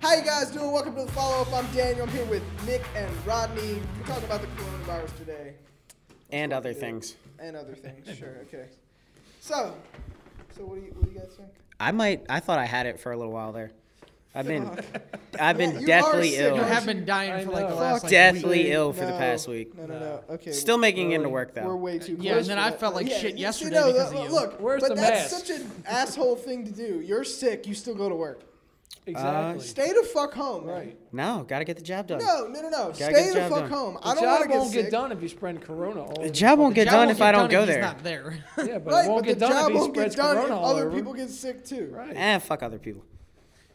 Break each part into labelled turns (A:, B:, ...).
A: How you guys doing? Welcome to the follow up. I'm Daniel. I'm here with Nick and Rodney. We're talking about the coronavirus today
B: and other things.
A: and other things. Sure. Okay. So, so what do you what do you guys think?
B: I might. I thought I had it for a little while there. I've been,
A: Oh,
B: I've
A: Yeah,
B: been
A: you are
B: deathly
A: sick.
B: ill,
A: You
C: I have been dying
D: I
C: for like the
D: know.
C: last
A: Fuck
C: like
B: deathly
C: week.
B: ill for the past week.
A: No, no, no. Okay.
B: Still making it into
D: Really?
B: work
A: We're
B: though.
A: way too.
C: Yeah,
A: close
C: and then
A: to
C: I
A: that.
C: felt like
A: Yeah,
C: shit
A: you-
C: yesterday
A: See, no,
C: because
A: look,
C: of you.
A: look,
D: Where's
A: but
D: the
A: that's
D: mask?
A: such an asshole thing to do. You're sick. You still go to work.
D: Exactly.
A: Stay the fuck home. man.
D: right.
B: No, gotta get the job done.
A: No, no, no, no.
B: get
A: Stay
B: the
A: the
B: job
A: fuck
B: done.
A: home.
D: The
A: I don't want
D: job
A: to get
D: won't
A: sick.
D: get done if you spread corona. All
B: The
D: over
B: job won't get
C: The job
B: done
C: won't
B: if
C: get
B: I don't
C: done
B: go
C: if he's
B: there.
C: Not there.
D: fucking- Yeah, but
A: Right,
D: it won't
A: but
D: get
A: the
D: done
A: job
D: if he
A: won't get
D: spreads
A: done if
D: corona all
A: other
D: over.
A: people get sick too.
D: Right.
B: Eh, fuck other people.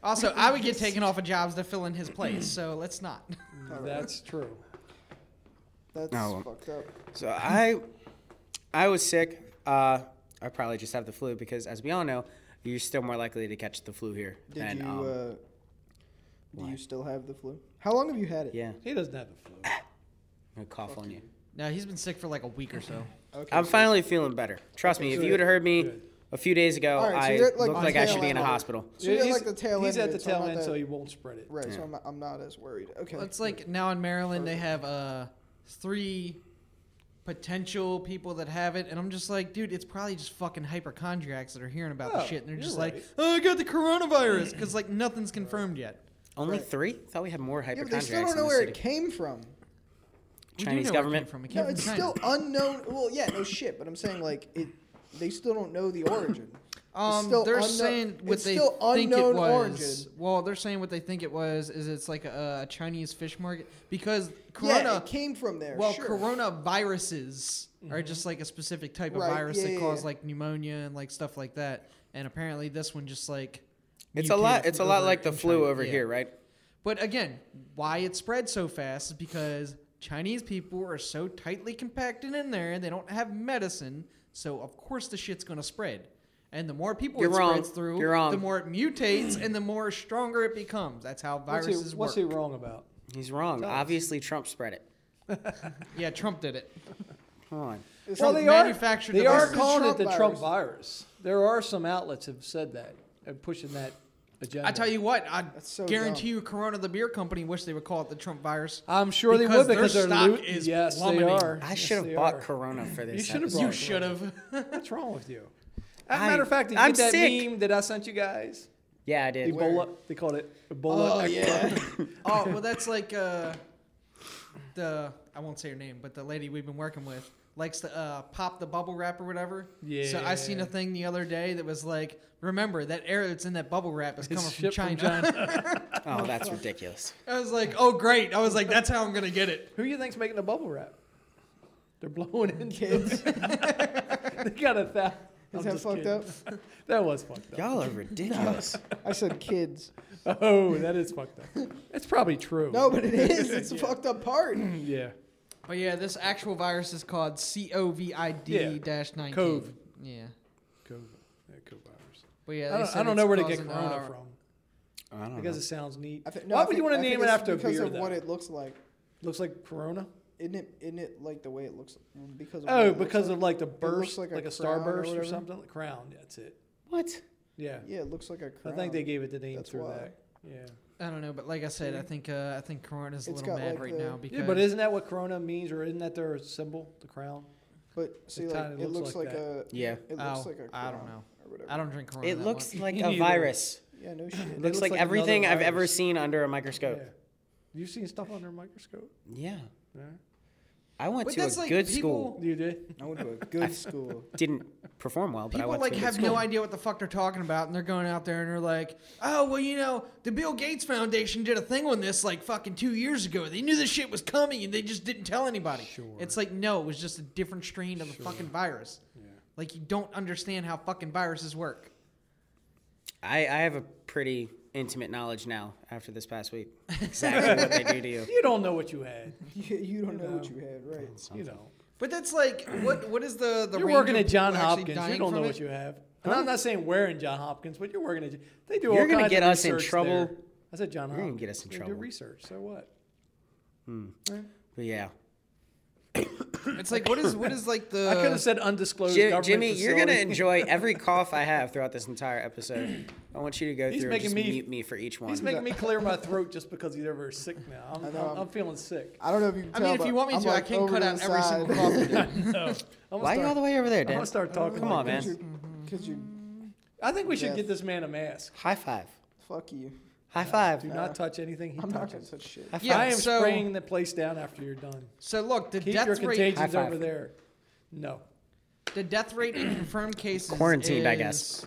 C: also, I would get taken off of jobs to fill in his place, so let's not.
D: That's true.
A: That's
B: No.
A: fucked up.
B: So I, I was sick. Uh, I probably just have the flu because, as we all know, you're still more likely to catch the flu here
A: Did
B: than
A: you?
B: um,
A: uh, do you still have the flu? How long have you had it?
B: yeah.
D: He doesn't have the flu.
B: I'm gonna cough on you.
C: No, he's been sick for like a week or so.
A: Okay.
B: I'm
A: so-
B: finally feeling better. Trust me. If you
D: good,
B: would have heard me
D: good.
B: a few days ago,
A: All right, so
B: I
A: you're at, like,
B: looked
A: on
B: like I should
A: tail
B: be in a
A: end.
B: hospital.
A: So you're at,
D: he's
A: like the tail
D: he's
A: end. of
D: at the
A: it, so I'm
D: tail
A: not
D: end,
A: that-
D: so he won't spread it.
A: Right, so
B: Yeah.
A: I'm not, I'm not as worried. Okay.
C: It's like now in Maryland they have uh, three potential people that have it, and I'm just like, dude, it's probably just fucking hypochondriacs that are hearing about the
D: Oh,
C: shit, and they're
D: you're
C: just like,
D: right.
C: oh, I got the coronavirus, because like nothing's confirmed yet.
B: Only
A: Right.
B: three? Thought we had more
A: yeah, but
B: hypochondriacs
A: they still don't
B: in
A: know
B: the
A: where
B: city.
A: it came from.
C: We do
B: Chinese
C: know where it came
B: government?
C: from. It came
A: No,
C: from
A: it's
C: China.
A: still unknown. Well, yeah, no shit, but I'm saying like it. They still don't know the origin.
C: Um,
A: still
C: they're
A: unknown-
C: saying what
A: it's
C: they
A: still
C: think it
A: unknown
C: was.
A: origin.
C: Well, they're saying what they think it was is it's like a, a Chinese fish market because
A: yeah,
C: corona.
A: it came from there.
C: well,
A: sure.
C: coronaviruses
B: Mm-hmm.
C: are just like a specific type of
A: Right,
C: virus
A: yeah,
C: that
A: yeah,
C: cause
A: yeah.
C: like pneumonia and like stuff like that. And apparently, this one just like
B: It's a
C: mutated
B: lot.
C: from
B: It's a lot
C: over
B: like the
C: in
B: flu
C: China.
B: over
C: Yeah.
B: here, right?
C: But again, why it spread so fast is because Chinese people are so tightly compacted in there and they don't have medicine, so of course the shit's gonna spread. And the more people
B: You're
C: it
B: wrong.
C: spreads through,
B: You're wrong.
C: the more it mutates and the more stronger it becomes. That's how
D: What's
C: viruses
D: he, what's he
C: work.
D: wrong about?
B: He's wrong.
D: Tell us.
B: Obviously, Trump spread it.
C: yeah, Trump did it.
B: Come on.
A: It's
D: Well,
A: like-
D: they are,
C: manufactured
D: they are
C: devices.
D: calling
A: Trump
D: it the Trump virus. There are some outlets have said that and pushing that agenda.
C: I tell you what, I
A: That's so
C: guarantee you Corona the beer company wish they would call it the Trump virus.
D: I'm sure they
C: Because
D: would because
C: their
D: they're
C: stock
D: loot-
C: is
D: yes,
C: plummeting.
D: they are.
B: I
D: Yes,
B: should have
D: they
B: bought
D: are.
B: Corona for this.
D: should have
B: episode.
C: You
D: brought-
C: should have.
D: What's wrong with you? As a
B: I-
D: matter of fact, did you
B: I'm
D: get that
B: sick.
D: meme that I sent you guys?
B: Yeah, I did.
D: Ebola. They called it Ebola.
C: Oh yeah. oh well, that's like uh, the I won't say her name, but the lady we've been working with likes to uh, pop the bubble wrap or whatever. So I seen a
D: Yeah.
C: thing the other day that was like, remember that air that's in that bubble wrap is
D: It's
C: coming from
D: shipped
C: China.
D: from China.
B: Oh, that's ridiculous.
C: I was like, oh great. I was like, that's how I'm gonna get it.
D: Who you think's making the bubble wrap? They're blowing in kids. they got a thousand.
A: Is that fucked up?
D: That was fucked up.
B: Y'all are ridiculous.
A: I said kids.
D: Oh, that is fucked up. It's probably true.
A: No, but it is. It's a fucked up part.
D: Yeah.
C: But yeah, this actual virus is called COVID-19.
D: Cove.
C: Yeah.
D: COVID. Yeah, COVID virus.
C: But yeah,
D: I
C: they
D: don't,
C: said
D: I don't
C: it's
D: know where to get
C: causing,
D: Corona
C: uh,
D: from
B: I don't
D: because
B: know.
D: it sounds neat.
A: I thi- no,
D: Why
A: I
D: would
A: think-
D: you want
A: I
D: to
A: think
D: name it
A: it's
D: after a
A: because
D: beer?
A: of
D: though?
A: what it looks like?
D: Looks like Corona.
A: Isn't it? Isn't it like the way it looks? Because of what it
D: Oh,
A: looks
D: because
A: like?
D: of like the
A: looks
D: burst,
A: like
D: like
A: a
D: a,
A: crown or
D: starburst or,
A: whatever.
D: something. Like crown. That's it.
B: What?
D: Yeah.
A: yeah, it looks like a
D: I
A: crown.
D: think they gave it the name
A: That's
D: through
A: why.
D: that. Yeah.
C: I don't know, but like I said, I think uh, I think Corona's a
A: It's
C: little
A: got,
C: mad
A: like,
C: right
A: the-
C: now
A: Yeah,
C: because
D: Yeah, but isn't that what Corona means, or isn't that their symbol, the crown?
A: But see,
D: It
A: like
D: kinda
A: it looks
D: looks
A: like,
D: like
A: a
B: Yeah.
A: It looks
C: Oh,
A: like a crown
C: I don't know.
A: or whatever.
C: I don't drink Corona.
B: It
C: that
B: looks
C: much.
B: like
D: Me
B: a
D: neither.
B: virus.
A: Yeah, no
B: It
A: shit.
B: looks
D: looks
B: like
D: like another
B: everything I've ever
D: virus.
B: seen under a microscope.
D: You've seen stuff under a microscope.
B: Yeah.
D: Yeah.
B: I went
C: But
B: to a
C: that's like
B: good
C: people-
B: school.
D: You did.
A: I went to a good school.
B: Didn't perform well, but I
C: People
B: went
C: like
B: to a good
C: have
B: school.
C: no idea what the fuck they're talking about, and they're going out there and they're like, "Oh, well, you know, the Bill Gates Foundation did a thing on this like fucking two years ago. They knew this shit was coming, and they just didn't tell anybody."
D: Sure.
C: It's like no, it was just a different strain of the fucking virus.
D: Yeah.
C: Like you don't understand how fucking viruses work.
B: I, I have a pretty intimate knowledge now after this past week. Exactly what they do to you.
D: You don't know what you had.
A: you, you don't know what
D: know.
A: you had, right?
D: You know.
C: But that's like what what is the the
D: You're
C: range
D: working
C: of
D: at John
C: people actually
D: Hopkins. You
C: dying
D: don't know
C: from
D: what
C: it?
D: you have. And I'm not saying we're in John Hopkins, but you're working at. They do.
B: You're
D: all
B: gonna
D: kinds of
B: get us in
D: research
B: trouble.
D: there. I said John
B: You're gonna
D: Hopkins.
B: get us in
D: They
B: trouble.
D: Do research. So what?
B: But yeah.
C: It's like what is what is like the
D: I could have said undisclosed
B: Ji-
D: government
B: Uh, Jimmy, you're gonna
D: facility.
B: enjoy every cough I have throughout this entire episode. I want you to go
D: He's
B: through and just
D: making me-
B: mute me for each one.
D: He's making me clear my throat just because he's ever sick now. I'm,
A: I know,
D: I'm,
A: I'm-
D: I'm feeling sick.
A: I don't know if you. Can
C: I
A: tell,
C: mean, if
A: but
C: you want me
A: I'm
C: to, I
A: like
C: can cut
A: over to
C: out
A: the
C: every single
A: side.
C: cough. you do.
D: I'm gonna
B: Why are you all
D: start-
B: the way over there,
D: I'm
B: Dan?
D: gonna start talking.
B: Come
D: like
B: on,
D: this.
B: man.
A: Could you, could you?
D: I think we should
A: Yeah.
D: get this man a mask.
B: High five.
A: Fuck you.
B: High five.
D: Do not touch anything he
A: I'm not gonna
D: touches.
A: touch shit.
B: High five.
C: Yeah,
D: I am
C: so-
D: spraying the place down after you're done.
C: So look, the
D: Keep your
C: death rate
D: contagions
B: High five.
D: over there. No.
C: the death rate in confirmed cases
B: Quarantined, I
C: is-
B: guess.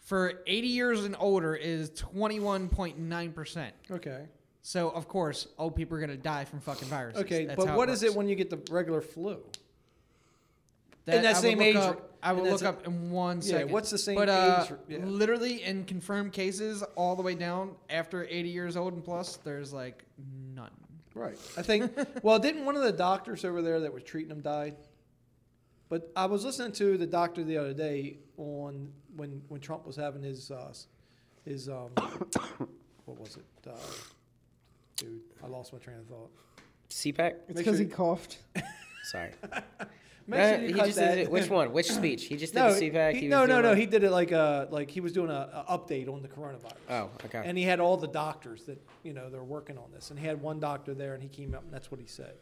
C: For 80 years and older is 21.9%.
D: Okay.
C: So of course, old people are going to die from fucking viruses.
D: Okay,
C: That's
D: but
C: how
D: what is
C: works.
D: it when you get the regular flu?
C: That
D: in that
C: I would
D: same
C: look
D: age
C: up-
D: ra-
C: I will
D: in that
C: look
D: sa-
C: up in one
D: Yeah,
C: second.
D: what's the same
C: but, uh,
D: age ra- yeah.
C: Literally in confirmed cases, all the way down after 80 years old and plus, there's like none.
D: Right. I think. well, didn't one of the doctors over there that was treating him died? But I was listening to the doctor the other day on when when Trump was having his uh, s- his um, what was it? Uh, dude, I lost my train of thought.
B: CPAC.
A: It's
D: Make
A: because
D: sure
A: he
D: you-
A: coughed.
B: Sorry.
D: Make
B: Uh,
D: sure
B: he
D: you cut
B: just
D: that.
B: did it. Which one? Which speech? He just did
D: No,
B: the CPAC.
D: he-
B: was
D: no, no,
B: doing
D: no.
B: a-
D: He did it like a like he was doing a, a update on the coronavirus.
B: Oh, okay.
D: And he had all the doctors that you know they're working on this, and he had one doctor there, and he came up, and that's what he said.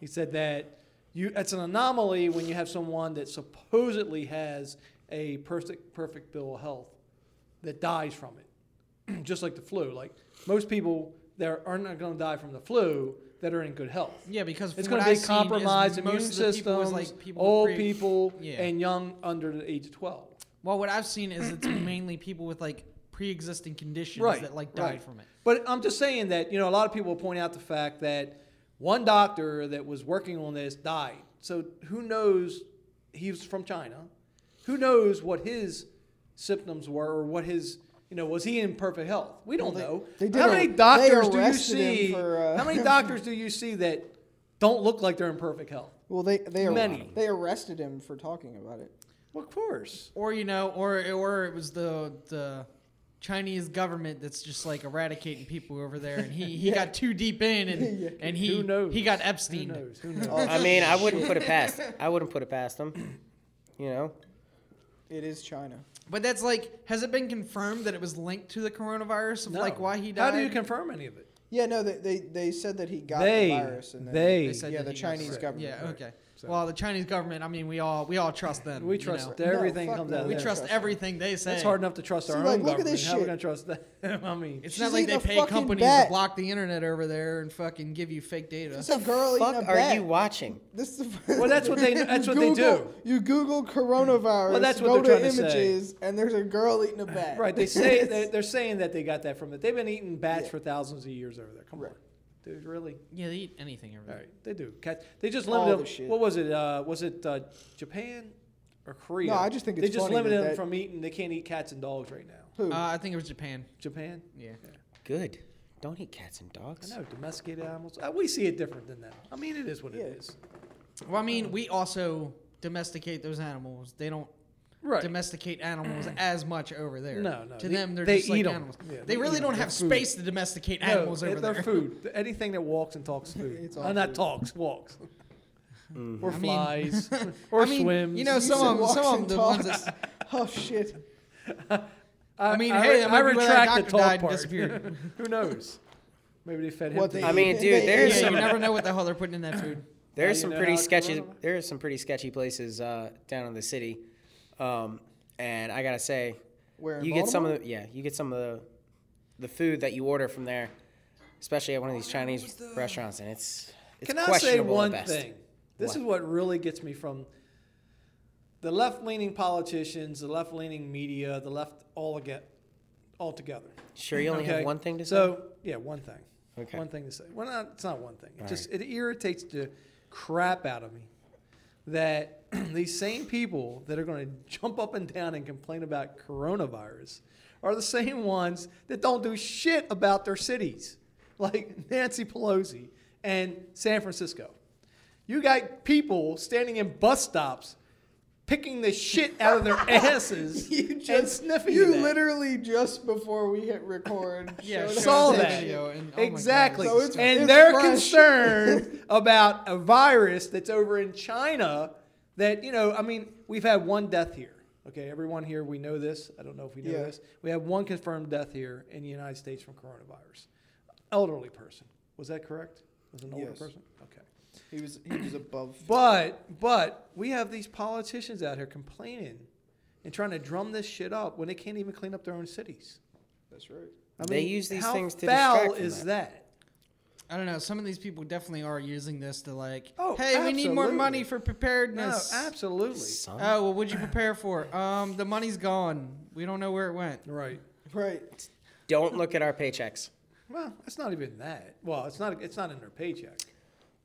D: He said that you it's an anomaly when you have someone that supposedly has a perfect perfect bill of health that dies from it, just like the flu. Like most people that are not going to die from the flu that are in good health.
C: Yeah, because from
D: It's going
C: what
D: to
C: I've
D: be
C: seen is
D: compromised
C: most
D: immune
C: of the people is,
D: systems,
C: like people with
D: old
C: pre-
D: people,
C: Yeah.
D: and young under the age of 12.
C: Well, what I've seen is it's mainly people with like pre-existing conditions
D: Right,
C: that like died
D: right.
C: from it.
D: But I'm just saying that, you know, a lot of people will point out the fact that one doctor that was working on this died. So who knows? He was from China. Who knows what his symptoms were or what his. You know, was he in perfect health? We don't
A: Well,
D: know.
A: they- they did
D: how
A: ar-
D: many
A: they
D: doctors do you
A: arrested him
D: see?
A: for, uh,
D: How many doctors do you see that don't look like they're in perfect health?
A: Well, they they
D: Many.
A: they arrested him for talking about it.
D: Well, of course.
C: Or you know, or or it was the the Chinese government that's just like eradicating people over there, and he, he got too deep in, and
A: Yeah.
C: and he
D: Who knows?
C: he got
D: Who
C: Epstein.
D: knows? Who knows?
B: I mean, I wouldn't put it past. I wouldn't put it past him. You know.
A: It is China.
C: But that's like, has it been confirmed that it was linked to the coronavirus? Of
D: No.
C: like why he
D: How
C: died?
D: do you confirm any of it?
A: Yeah, no, they they, they said that he got
D: They-
A: the virus and then
D: they-
C: They said
A: yeah
C: that
A: the
C: he
A: Chinese
C: was-
A: government.
C: Yeah,
A: right.
C: okay.
D: So-
C: Well, the Chinese government. I mean, we all we all trust them.
D: We
C: you
D: trust
C: know.
A: No,
D: everything
A: fuck
D: comes
A: no,
D: out. of
C: We
A: Yeah.
D: there.
C: trust everything they say.
D: It's hard enough to trust our
A: See,
D: own
A: like, look
D: government.
A: at this
D: How are we
A: shit.
D: gonna trust that? I mean,
C: It's
A: She's
C: not like
A: eating
C: they
A: a
C: pay
A: fucking
C: companies
A: bat.
C: to block the internet over there and fucking give you fake data.
A: It's a girl
B: Fuck
A: eating a
B: are
A: bat.
B: you watching?
A: This is
D: Well, that's what they- that's
A: You
D: what they
A: Google-
D: do.
A: You Google coronavirus.
D: Well, that's what
A: go
D: they're
A: to
D: trying to say.
A: images, and there's a girl eating a bat.
D: right? They say they're, they're saying that they got that from it. They've been eating bats
A: Yeah.
D: for thousands of years over there. Come
A: Right.
D: on, dude, really?
C: Yeah, they eat anything over
D: All
C: there.
D: right, they do. Cats. They just
A: All
D: limited
A: the
D: them-
A: shit.
D: What was it? Uh, was it uh, Japan or Korea?
A: No, I just think
D: they
A: it's
D: just
A: funny
D: limited
A: that
D: them
A: that-
D: from eating. They can't eat cats and dogs right now.
A: Who?
C: Uh, I think it was Japan.
D: Japan.
C: Yeah.
B: Good. Don't eat cats and
D: I
B: dogs.
D: know domesticated animals. Uh, we see it different than them. I mean, it is what
A: Yeah.
D: it is.
C: Well, I mean, we also domesticate those animals. They don't
D: Right.
C: domesticate animals as much over there.
D: No, no,
C: To
D: they-
C: them, they're
D: they
C: just like
D: eat 'em.
C: animals.
D: Yeah,
C: they
D: they eat
C: really
D: 'em.
C: don't
D: They're
C: have
D: food.
C: space to domesticate
D: No,
C: animals
D: they're-
C: over
D: they're
C: there.
D: food. Anything that walks and talks food.
A: It's all
D: uh, not
A: food.
D: talks, walks. Or
C: I mean-
D: flies. or
C: I mean,
D: swims.
C: You know,
A: You
C: some
A: said
C: of them,
A: walks
C: some of
A: and
C: them, the ones
A: talks.
C: that.
A: oh shit!
C: I mean, hey, that
D: I
C: might be where that
D: retract the
C: doctor
D: talk
C: died and
D: part.
C: disappeared.
D: Who knows? Maybe they fed him.
A: What
D: to
A: they
D: the-
B: I mean,
A: eat.
B: dude,
A: They
B: there's
A: eat.
C: Yeah,
B: some-
C: you never know what the hell they're putting in that food.
B: There
D: Now
B: are
D: you
B: some
D: know
B: pretty
D: how it's
B: sketchy.
D: coronavirus.
B: There are some pretty sketchy places uh, down in the city, um, and I gotta say,
A: Where in
B: you get some
A: Baltimore?
B: of the yeah, you get some of the the food that you order from there, especially at one of these Chinese restaurants, and it's it's
D: Can I say
B: questionable at
D: one
B: best.
D: thing? This is
B: What?
D: what really gets me from the left-leaning politicians, the left-leaning media, the left all again, altogether.
B: Sure, you only have one thing to say.
D: so, yeah, one thing.
B: Okay.
D: One thing to say. Well, not, it's not one thing. It
B: All
D: just it irritates the crap out of me that these same people that are going to jump up and down and complain about coronavirus are the same ones that don't do shit about their cities, like Nancy Pelosi and San Francisco. You got people standing in bus stops picking the shit out of their asses
A: You
D: and
A: just
D: sniffing
A: you
D: that.
A: literally just before we hit record
C: Yeah,
A: showed
C: showed
D: saw
A: us
C: us
D: that.
C: video and- oh my God,
D: exactly.
A: So it's-
D: and
A: it's
D: they're
A: fresh.
D: concerned about a virus that's over in China that, you know, I mean, we've had one death here. Okay, everyone here, we know this. I don't know if we know
A: Yeah.
D: this. We have one confirmed death here in the United States from coronavirus. Elderly person. Was that correct? Was it an older
A: Yes.
D: person? Okay.
A: He was he was above.
D: But but we have these politicians out here complaining and trying to drum this shit up when they can't even clean up their own cities.
A: That's right.
D: I
B: They use these
D: how
B: things to
D: foul
B: distract from
D: is
B: that.
D: that?
C: I don't know. Some of these people definitely are using this to like,
D: Oh,
C: hey, we need more
D: absolutely.
C: money for
D: No,
C: preparedness.
D: absolutely.
B: Son.
C: Oh, well, what'd you prepare for? Um, the money's gone. We don't know where it went.
D: Right.
A: Right.
B: Don't look at our paychecks.
D: Well, it's not even that. Well, it's not. It's not in their paycheck.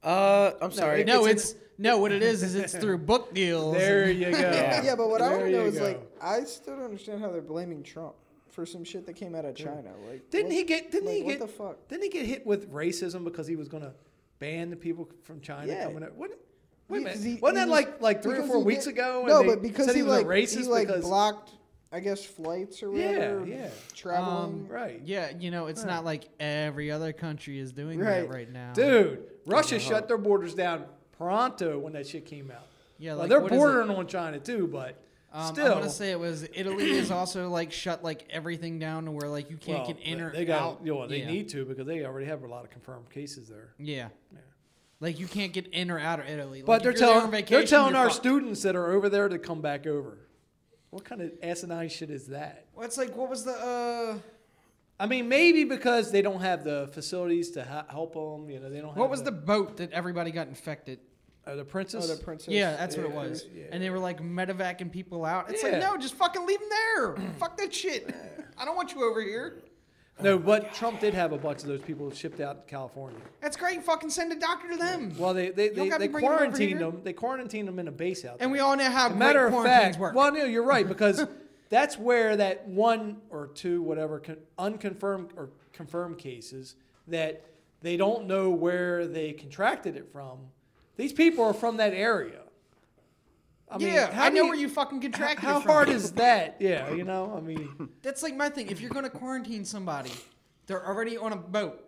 B: Uh, I'm sorry.
C: No,
A: It's
C: it's no. What it is is it's through book deals.
D: There you go.
B: Yeah.
A: Yeah, but what I want to
D: There
A: know
D: you
A: is
D: go.
A: like I still don't understand how they're blaming Trump for some shit that came out of China. Like
D: Didn't
A: what-
D: he get? Didn't he
A: like,
D: get?
A: What the fuck?
D: Didn't he get hit with racism because he was going to ban the people from China
A: Yeah.
D: coming? Out? What? Wait a
A: Yeah, 'cause
D: minute.
A: he-
D: wasn't
A: he
D: that
A: was-
D: like like three or
A: because
D: four
A: he
D: weeks
A: did-
D: ago? and
A: No,
D: they
A: but because
D: said
A: he,
D: was
A: like
D: a racist
A: he like
D: because
A: blocked, I guess flights or
D: Yeah,
A: whatever.
D: yeah. Um,
A: Traveling.
D: right,
C: Yeah, you know, it's not like every other country is doing
A: Right.
C: that right now.
D: dude. Russia shut their borders down pronto when that shit came out.
C: Yeah,
D: well,
C: like,
D: they're
C: what is it?
D: bordering on China too, but
C: Um, I
D: still,
C: want to say it was Italy is also like shut like everything down to where like you can't
D: well,
C: get in or
D: they got,
C: out.
D: You know, they
C: yeah.
D: need to because they already have a lot of confirmed cases there.
C: Yeah. Like you can't get in or out of Italy.
D: But
C: Like, if
D: they're
C: you're there on
D: telling
C: vacation,
D: they're telling
C: you're
D: our
C: fucked.
D: students that are over there to come back over. What kind of asinine shit is that?
C: Well, it's like what was the uh,
D: I mean, maybe because they don't have the facilities to ha- help them. You know, they don't.
C: what
D: have
C: was the boat that everybody got infected?
D: the, oh, the princess?
A: Oh, the princess.
C: yeah, that's what it
D: yeah,
C: was.
D: yeah.
C: And they were like medevacing people out. It's
D: Yeah.
C: like no, just fucking leave them there. Fuck that shit. I don't want you over here.
D: no,
C: Oh
D: but Trump did have a bunch of those people shipped out to California.
C: That's great. Fucking send a doctor to them.
D: Well, they they,
C: don't
D: they,
C: gotta
D: they
C: be bringing 'em over
D: quarantined
C: here.
D: them. They quarantined them in a base out there.
C: and we all know how
D: A
C: great
D: matter of
C: quarantines
D: fact,
C: work.
D: well, no, you're right because that's where that one or two, whatever, con- unconfirmed or confirmed cases that they don't know where they contracted it from. These people are from that area. I mean,
C: yeah,
D: how
C: I
D: do
C: know where you fucking
D: How,
C: contracted.
D: how
C: it from.
D: hard is that? Yeah, you know, I mean,
C: That's like my thing. If you're going to quarantine somebody, they're already on a boat.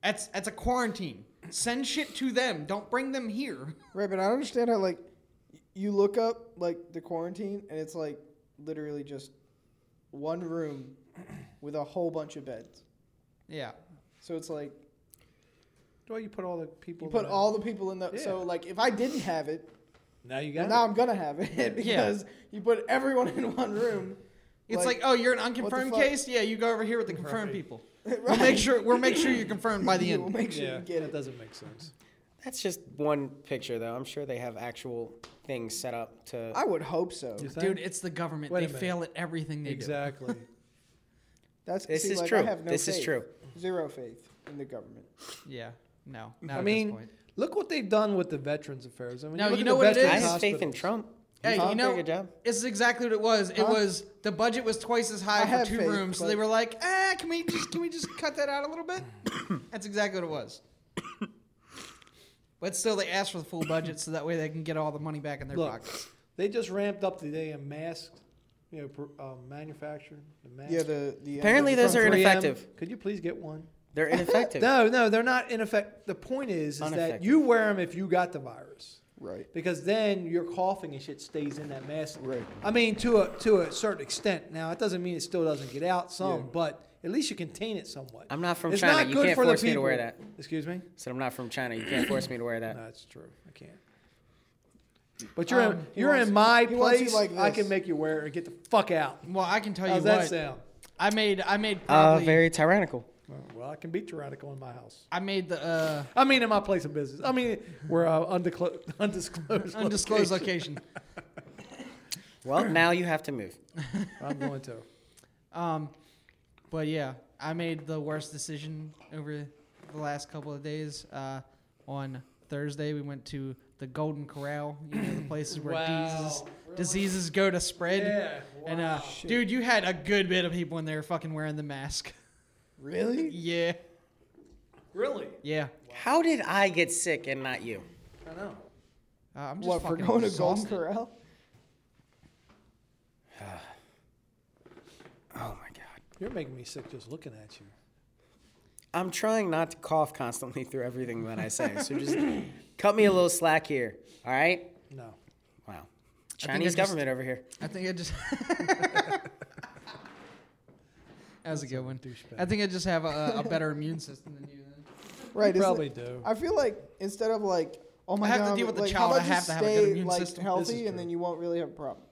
C: That's that's a quarantine. Send shit to them. Don't bring them here.
A: Right, but I don't understand how like y- you look up like the quarantine and it's like literally just one room with a whole bunch of beds.
C: Yeah.
A: So it's like
D: well, you put all the
A: you
D: people.
A: put
D: that-
A: all the people in the. So
D: Yeah.
A: like if I didn't have it,
D: Now you
A: well,
D: got.
A: now
D: it.
A: I'm gonna have it because you put everyone in one room.
C: It's like, oh, you're an
A: the
C: unconfirmed
A: fuck?
C: case. Yeah, you go over here with the confirmed
D: Right.
C: people. We'll
A: Right.
C: make sure we'll make sure you're confirmed by the
A: we'll
C: end.
A: make sure
D: Yeah,
A: you get
D: that
A: it.
D: doesn't make sense.
B: That's just one picture, though. I'm sure they have actual things set up to.
A: I would hope so.
D: You think?
C: Dude, it's the government.
D: Wait a
C: they
D: minute.
C: fail at everything they
D: exactly.
A: That's
B: This
A: see,
B: is
A: like, I
B: true.
A: have no
B: This is
A: faith.
B: true.
A: Zero faith in the government.
C: do. Yeah. No. Not
D: I
C: at this
D: mean,
C: point.
D: look what they've done with the Veterans Affairs. I mean,
C: Now,
D: look
C: you
D: at
C: know
D: the
C: what it
B: I
D: veterans
C: is?
B: have faith in
D: hospitals.
B: Trump.
C: Hey,
B: Tom
C: you
B: did a
C: know,
B: good job.
C: this is exactly what it was. It
A: Huh?
C: was the budget was twice as high
A: I have
C: for two
A: faith,
C: rooms, so
A: but-
C: they were like, "Ah, can we just can we just cut that out a little bit?" That's exactly what it was. But still, they asked for the full budget, so that way they can get all the money back in their
D: Look,
C: pockets.
D: They just ramped up the damn mask, you know, pr- um, manufacture. The mask.
A: Yeah, the the
B: Apparently
A: there's
B: those are
D: 3M.
B: ineffective.
D: Could you please get one?
B: They're ineffective.
D: No, no, they're not in effect. The point is, is that
B: Unaffected.
D: you wear them if you got the virus,
A: right.
D: because then your coughing and shit stays in that mask.
A: Right.
D: I mean, to a to a certain extent. Now, it doesn't mean it still doesn't get out some,
A: Yeah.
D: but at least you contain it somewhat.
B: I'm not from
D: It's
B: China.
D: not
B: You
D: good
B: can't
D: for the
B: force me to wear
D: people. Excuse me.
B: So I'm not from China. You can't force me to wear that. Uh,
D: That's true. I can't. But you're in,
C: Um,
A: he
D: you're
A: wants-
D: in my
A: he wants you
D: place.
A: like
D: I
A: this.
D: can make you wear it. and Get the fuck out.
C: Well, I can tell you
D: How's that
C: what
D: sound?
C: I made. I made
B: Uh,
C: probably.
B: very tyrannical.
D: Well, I can be tyrannical in my house.
C: I made the uh,
D: I mean, in my place of business. I mean, we're uh, undiclo- undisclosed.
C: undisclosed
D: location.
C: location.
B: Well, now you have to move.
D: I'm going to.
C: Um, but yeah, I made the worst decision over the last couple of days. Uh, on Thursday, we went to the Golden Corral, you know, the places where
D: Wow,
C: diseases,
D: really?
C: diseases go to spread. And uh, dude, you had a good bit of people in there fucking wearing the mask.
A: Really?
C: yeah,
D: really?
C: yeah.
B: How did I get sick and not you?
D: I know.
C: Uh, I'm just
A: What for
C: fucking
A: going to Golden
C: exhausted.
A: Corral?
B: Oh my god.
D: You're making me sick just looking at you.
B: I'm trying not to cough constantly through everything that I say. So just cut me a little slack here. All right?
D: No.
B: Wow.
C: think I
B: Chinese
C: just-
B: government over here.
C: I think I just. that was a good one.
D: Douchebag.
C: I think I just have a, a better immune system than you. Then.
D: You
A: Right. isn't
D: probably
A: it-
D: do.
A: I feel like instead of like, oh my
C: I have
A: god,
C: to deal with the
A: like,
C: child,
A: How
C: I
A: about
C: have
A: just
C: to have a
A: stay
C: good immune
A: like
C: system.
A: healthy, and
D: true.
A: then you won't really have a problem.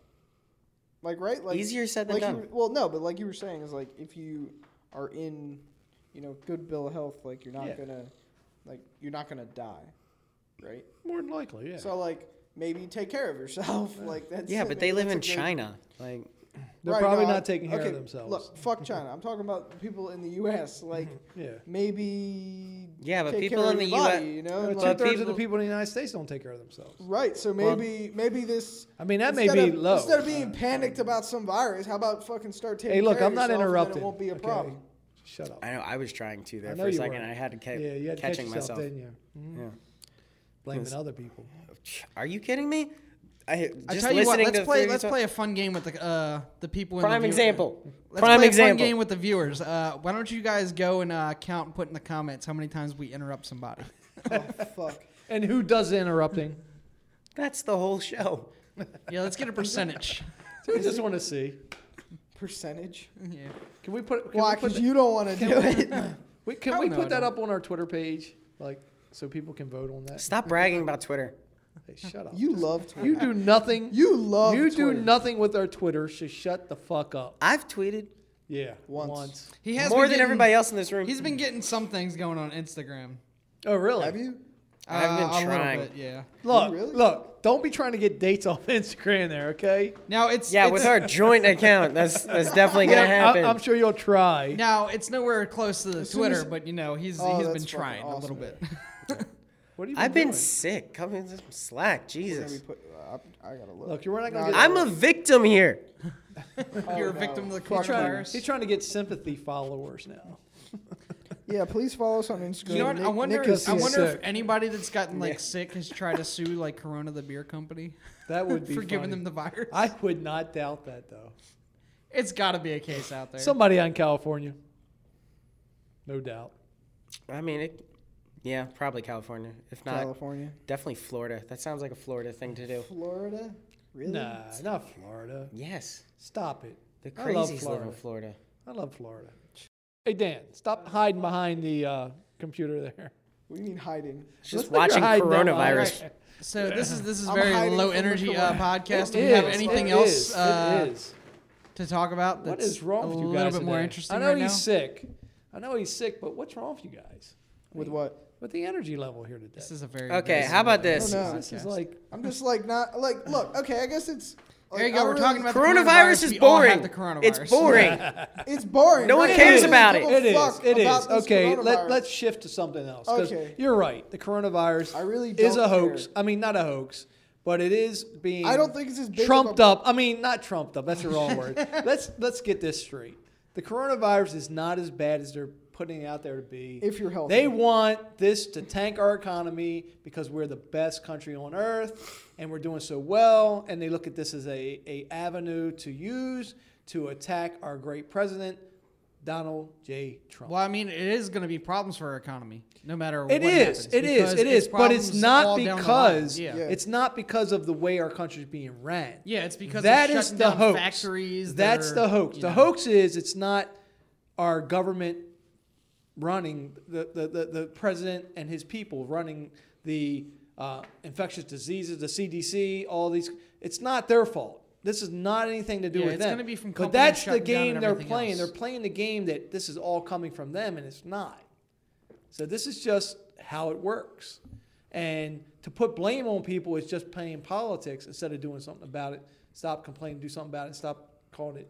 A: Like right, like
B: Easier said than
A: like you
B: done.
A: were- well, no, but like you were saying, is like if you are in, you know, good bill of health, like you're not
D: Yeah.
A: gonna, like you're not gonna die, right?
D: More than likely, yeah.
A: So like maybe take care of yourself. Like that's it.
B: yeah, but
A: Maybe
B: they live
A: that's
B: in
A: a good-
B: China. Like
D: They're
A: Right,
D: probably
A: no,
D: not
A: I'm-
D: taking care
A: okay,
D: of themselves.
A: Look, fuck China. I'm talking about people in the U.S. Like
D: yeah.
A: maybe
B: Yeah, but
A: take
B: people
A: care
B: in
A: of
B: the
A: your body,
B: US
A: you know,
B: But
D: two
A: like-
D: thirds of the
B: people-
D: people in the United States don't take care of themselves.
A: Right. So
D: Well-
A: maybe maybe this.
D: I mean, that may
A: instead
D: be
A: of,
D: low. Uh,
A: Instead of being panicked about some virus, how about fucking start taking?
D: hey, look,
A: care of
D: I'm not
A: yourself and then
D: interrupting.
A: It won't be a
D: okay?
A: problem.
D: Shut up.
B: I know I was trying to
D: I
B: there
D: know
B: for a
D: you
B: second.
D: were.
B: I had to keep
D: yeah, you had to catch
B: catching myself.
D: yourself, didn't you? Mhm.
B: Yeah.
D: Blaming
B: Yes.
D: other people.
B: Are you kidding me? I just
C: I tell you what,
B: listening
C: let's
B: to
C: play.
B: three
C: Let's
B: to-
C: play a fun game with the uh, the people. in
B: Prime
C: the viewer-
B: example. Prime
C: Let's play a fun
B: example.
C: game with the viewers. Uh, why don't you guys go and uh, count and put in the comments how many times we interrupt somebody?
A: Oh, fuck.
D: And who does the interrupting?
B: That's the whole show.
C: yeah, let's get a percentage.
D: I just want to see.
A: Percentage.
C: yeah.
D: Can we put? Can
A: Why?
D: we put,
A: Because
D: that,
A: you don't want to do it.
D: we, can
C: Hell
D: we
C: no, I
D: put that
C: don't.
D: up on our Twitter page, like, so people can vote on that?
B: Stop bragging about Twitter.
D: Hey, shut up.
A: You love Twitter.
D: You do nothing.
A: You love.
D: you do
A: Twitter.
D: nothing with our Twitter. So shut the fuck up.
B: I've tweeted
D: Yeah.
A: Once.
C: He has
B: more
C: been
B: than
C: getting-
B: everybody else in this room.
C: He's been getting some things going on Instagram.
D: Oh really?
A: Have you?
B: I've been
C: Uh, a little
B: trying.
C: bit, yeah.
D: Look,
A: You really?
D: look. Don't be trying to get dates off Instagram there, okay?
C: Now it's
B: Yeah,
C: it's
B: with
C: a-
B: our joint account, that's that's definitely gonna
D: Yeah,
B: happen.
D: I, am sure you'll try.
C: Now it's nowhere close to the
A: soon
C: Twitter,
A: as-
C: but you know he's
A: Oh,
C: he's
A: that's
C: been
A: fucking
C: trying a little
A: awesome.
C: bit.
D: What have you been
B: I've been
D: doing?
B: sick. Come in some slack,
A: We're gonna be
B: Jesus.
A: put, uh, I, I gotta look.
D: Look, we're not
A: No,
D: gonna get.
B: I'm a victim here.
C: You're a
A: Oh, no.
C: victim of the
A: He's trying-
C: coronavirus.
D: He's trying to get sympathy followers now.
A: yeah, please follow us on Instagram.
C: You know what?
A: Nick,
C: I wonder.
A: Nick is
C: I wonder
D: sick.
C: if anybody that's gotten like sick has tried to sue like Corona the beer company
D: That would be
C: for giving them
D: funny.
C: the virus.
D: I would not doubt that though.
C: it's got to be a case out there.
D: Somebody out in California, no doubt.
B: I mean, it, yeah, probably California. If not,
A: California,
B: definitely Florida. That sounds like a Florida thing to do.
A: Florida. Really?
D: Nah, not Florida.
B: Yes,
D: Stop it.
B: the
D: I love
B: crazies live in Florida.
D: I love Florida. Hey Dan, stop hiding behind the uh, computer there.
A: What do you mean hiding?
B: It's Just
D: Looks like you're
B: watching
D: hiding down
B: coronavirus.
D: behind-
C: so this is this is
A: I'm
C: very
A: hiding
C: low
A: from the
C: energy uh, podcast. Do
D: It
C: we have
D: is,
C: anything
D: it
C: else
D: is, it
C: uh,
D: is.
C: to talk about? That's
D: What is wrong
C: a
D: with you guys?
C: little bit more
D: today?
C: interesting
D: I know
C: right
D: he's
C: now?
D: sick. I know he's sick, but what's wrong with you guys?
A: With what?
D: With the energy level here today.
C: This is a very
B: Okay,
C: this
B: how about
A: I
B: this?
A: don't know.
D: This is like
A: I'm just like not like look. Okay, I guess it's. Like,
C: There you go.
A: I
C: We're talking
A: realize
C: about the
B: Coronavirus is
C: We all
B: boring.
C: have the coronavirus.
B: It's boring.
A: It's boring.
B: No one
A: right?
B: cares
A: I don't
B: about
A: give
B: it.
A: a
D: It is.
A: fuck
D: It is.
A: about this
D: Okay, let,
A: coronavirus.
D: let's shift to something else. 'cause
A: Okay.
D: You're right. The coronavirus
A: I really
D: is
A: don't
D: a hoax.
A: care.
D: I mean, not a hoax, but it is being.
A: I don't think it's as big of a-
D: trumped up. I mean, not trumped up. That's the wrong word. Let's let's get this straight. The coronavirus is not as bad as they're putting it out there to be.
A: If you're healthy.
D: they want this to tank our economy because we're the best country on earth and we're doing so well. And they look at this as a, a avenue to use to attack our great president, Donald J. Trump.
C: Well, I mean, it is going to be problems for our economy, no matter what
D: It is.
C: happens,
D: It is.
C: because
D: It is. But it's
C: problems
D: not
C: all down the line.
D: because
C: Yeah.
A: Yeah.
C: yeah,
D: it's not because of the way our country's being ran.
C: It's because
D: That
C: they're
D: is
C: shutting
D: the
C: down
D: hoax.
C: Factories.
D: That's
C: they're-
D: the hoax.
C: you
D: The
C: know.
D: hoax is it's not our government running the the, the, the president and his people running the uh, infectious diseases, the CDC, all these. It's not their fault. This is not anything to do
C: Yeah,
D: with
C: it's
D: them.
C: gonna be from
D: but
C: companies
D: that's the
C: shutting down
D: game
C: and
D: they're
C: everything
D: playing.
C: else.
D: They're playing the game that this is all coming from them, and it's not. So this is just how it works. And to put blame on people is just playing politics instead of doing something about it. Stop complaining, do something about it. Stop calling it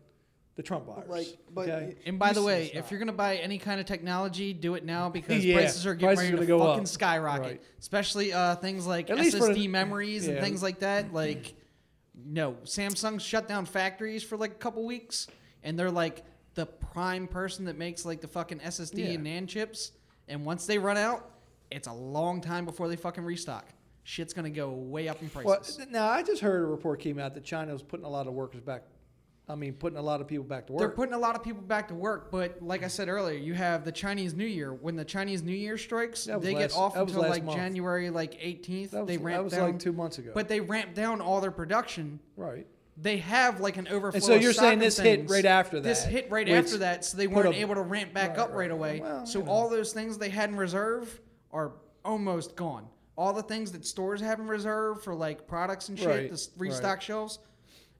D: the Trump virus.
A: Like, but
D: okay?
C: And by the
D: Useless
C: way,
D: stuff.
C: if you're going to buy any kind of technology, do it now because
D: Yeah,
C: prices are getting
D: prices
C: ready
D: are
C: to
D: gonna go
C: fucking
D: up.
C: skyrocket.
D: Right.
C: Especially uh, things like
D: At least for
C: SSD
D: the-
C: memories and
D: yeah.
C: things like that. Like, no, Samsung shut down factories for like a couple weeks, and they're like the prime person that makes like the fucking SSD
D: Yeah.
C: and NAND chips. And once they run out, it's a long time before they fucking restock. Shit's gonna go way up in prices.
D: well, th- now I just heard a report came out that China was putting a lot of workers back I mean, putting a lot of people back to
C: They're
D: work.
C: putting a lot of people back to work, but like I said earlier, you have the Chinese New Year. When the Chinese New Year strikes,
D: That was
C: they
D: last-
C: get off
D: that was
C: until
D: last
C: like
D: month.
C: January like 18th.
D: that was,
C: they
D: that
C: ramp
D: was
C: down,
D: like two months ago.
C: but they ramp down all their production.
D: right.
C: They have like an overflow.
D: And so
C: of
D: you're
C: stock
D: saying
C: of
D: this hit
C: things.
D: right after that.
C: This hit right
D: which-
C: after that, so they
D: put
C: weren't
D: a-
C: able to ramp back
D: Right,
C: up
D: right,
C: right away.
D: well,
C: so
D: you know.
C: all those things they had in reserve are almost gone. All the things that stores have in reserve for like products and shit,
D: Right,
C: the s-
D: right.
C: restock shelves.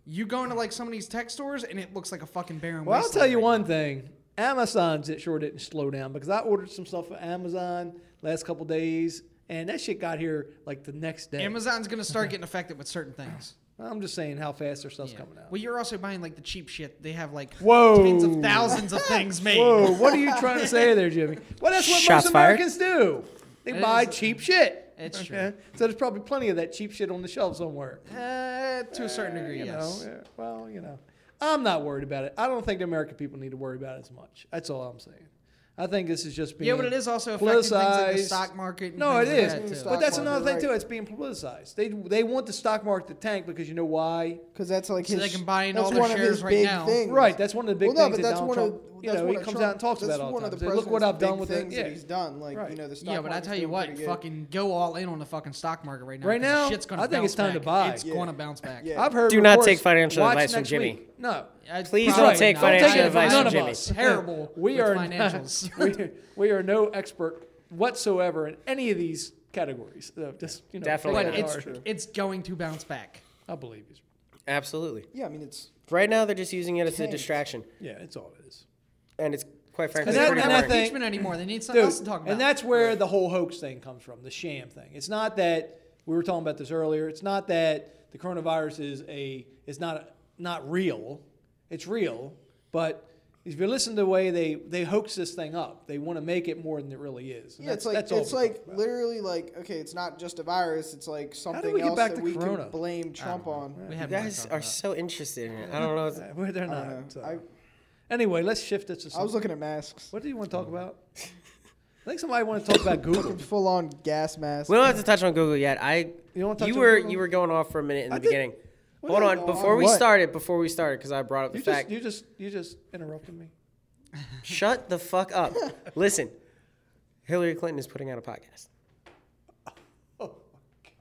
C: You go into like some of these tech stores and it looks like a fucking barren.
D: Well, I'll
C: wasteland
D: tell you
C: right
D: one thing. Amazon's it sure didn't slow down because I ordered some stuff from Amazon last couple days, and that shit got here like the next day.
C: Amazon's gonna start getting affected with certain things.
D: I'm just saying how fast their stuff's
C: Yeah.
D: coming out.
C: Well, you're also buying like the cheap shit. They have like
D: Whoa.
C: tens of thousands of things made.
D: Whoa, Oh, what are you trying to say there, Jimmy? Well, that's what
B: Shots
D: most
B: fired.
D: Americans do. They
C: It
D: buy
C: is-
D: cheap shit.
C: It's true.
D: So there's probably plenty of that cheap shit on the shelf somewhere.
C: Uh, to a certain degree,
D: you
C: yes.
D: know, yeah, well, you know, I'm not worried about it. I don't think the American people need to worry about it as much. That's all I'm saying. I think this is just being
C: Yeah, but it is also affecting things like the
D: politicized.
C: stock market. And
D: No, it
C: things like
D: is.
A: Stock
C: that, too.
D: but that's
A: market,
D: another thing
A: right.
D: too. It's being politicized. They they want the stock market to tank because you know why?
A: because that's like
C: So
A: his.
C: they can buy in
A: that's
C: all their
A: one of his
C: shares right
A: big
C: now.
A: things.
D: Right. That's one of the big
A: well, no,
D: things
A: but
D: that
A: that's
D: Donald
A: one
D: Trump.
A: of
D: you
A: that's
D: know,
A: one
D: he
A: of
D: comes
A: Trump-
D: out and talks
A: that's
D: about it all
A: one
D: the
A: of
D: time.
A: the
D: Says, Look what
A: president's
D: I've done
A: big
D: with it.
A: things that
D: Yeah.
A: he's done. Like
D: Right.
A: you know the stock
C: Yeah, but I
A: market's
C: tell you
A: doing
C: what,
A: pretty good.
C: fucking go all in on the fucking stock market right now.
D: Right
C: 'cause
D: now,
C: shit's gonna
D: I think it's
C: bounce
D: time to
C: back.
D: buy.
C: It's
A: Yeah.
C: gonna bounce back.
A: Yeah.
D: I've heard.
B: Do not
D: reports,
B: take financial
D: watch
B: advice from
D: next
B: Jimmy.
D: week. No.
C: I'd
B: Please don't
D: That's
C: probably
D: right.
B: take
C: not.
D: Don't
B: financial
D: it
B: advice
D: none
B: from
D: of
B: Jimmy.
D: us.
C: Terrible
D: We
C: with
D: are
C: financials.
D: we, we are no expert whatsoever in any of these categories. So just you know,
B: Definitely
D: take
C: But
D: it
C: it's
D: hard.
C: it's going to bounce back.
D: I believe you.
B: Absolutely.
A: Yeah, I mean it's
B: Right now, they're just using it as a
A: Tanked.
B: distraction,
D: Yeah, it's all it is.
B: and it's quite frankly.
D: that-
C: they
B: pretty
C: don't
D: and
C: have
D: I think-
C: impeachment anymore. They need something
D: Dude,
C: else to talk about.
D: and that's where the whole hoax thing comes from, the sham thing. It's not that we were talking about this earlier. It's not that the coronavirus is a is not not real. It's real, but if you listen to the way they they hoax this thing up, they want to make it more than it really is. And
A: yeah, it's
D: that's-
A: like
D: that's all
A: it's
D: we're
A: like
D: talking about.
A: literally like okay, it's not just a virus. It's like something
D: we get
A: else
D: back
A: that
D: to
A: we
D: corona?
A: can blame Trump on.
C: we
B: You
C: have more to
B: guys
C: talk
B: are
C: about.
B: so interested in it. I don't know.
D: Uh, well, they're
A: I
D: not.
A: don't know.
D: so.
A: Uh-huh. I,
D: anyway, let's shift this to
A: I was looking
D: something.
A: Oh. at masks.
D: what do you want to talk about? I think somebody want to talk about Google.
A: Full on gas mask.
B: We don't have to touch on Google yet. I
D: You don't
B: you,
D: wanna touch on
B: were
D: Google?
B: you were going off for a minute in the
D: I did-
B: beginning. Hold
D: What did I
B: on,
D: go
B: before
D: on?
B: we
A: What?
B: started, before we started, because I brought up the
D: You just
B: fact.
D: you just you just interrupted me.
B: shut the fuck up. Listen, Hillary Clinton is putting out a podcast.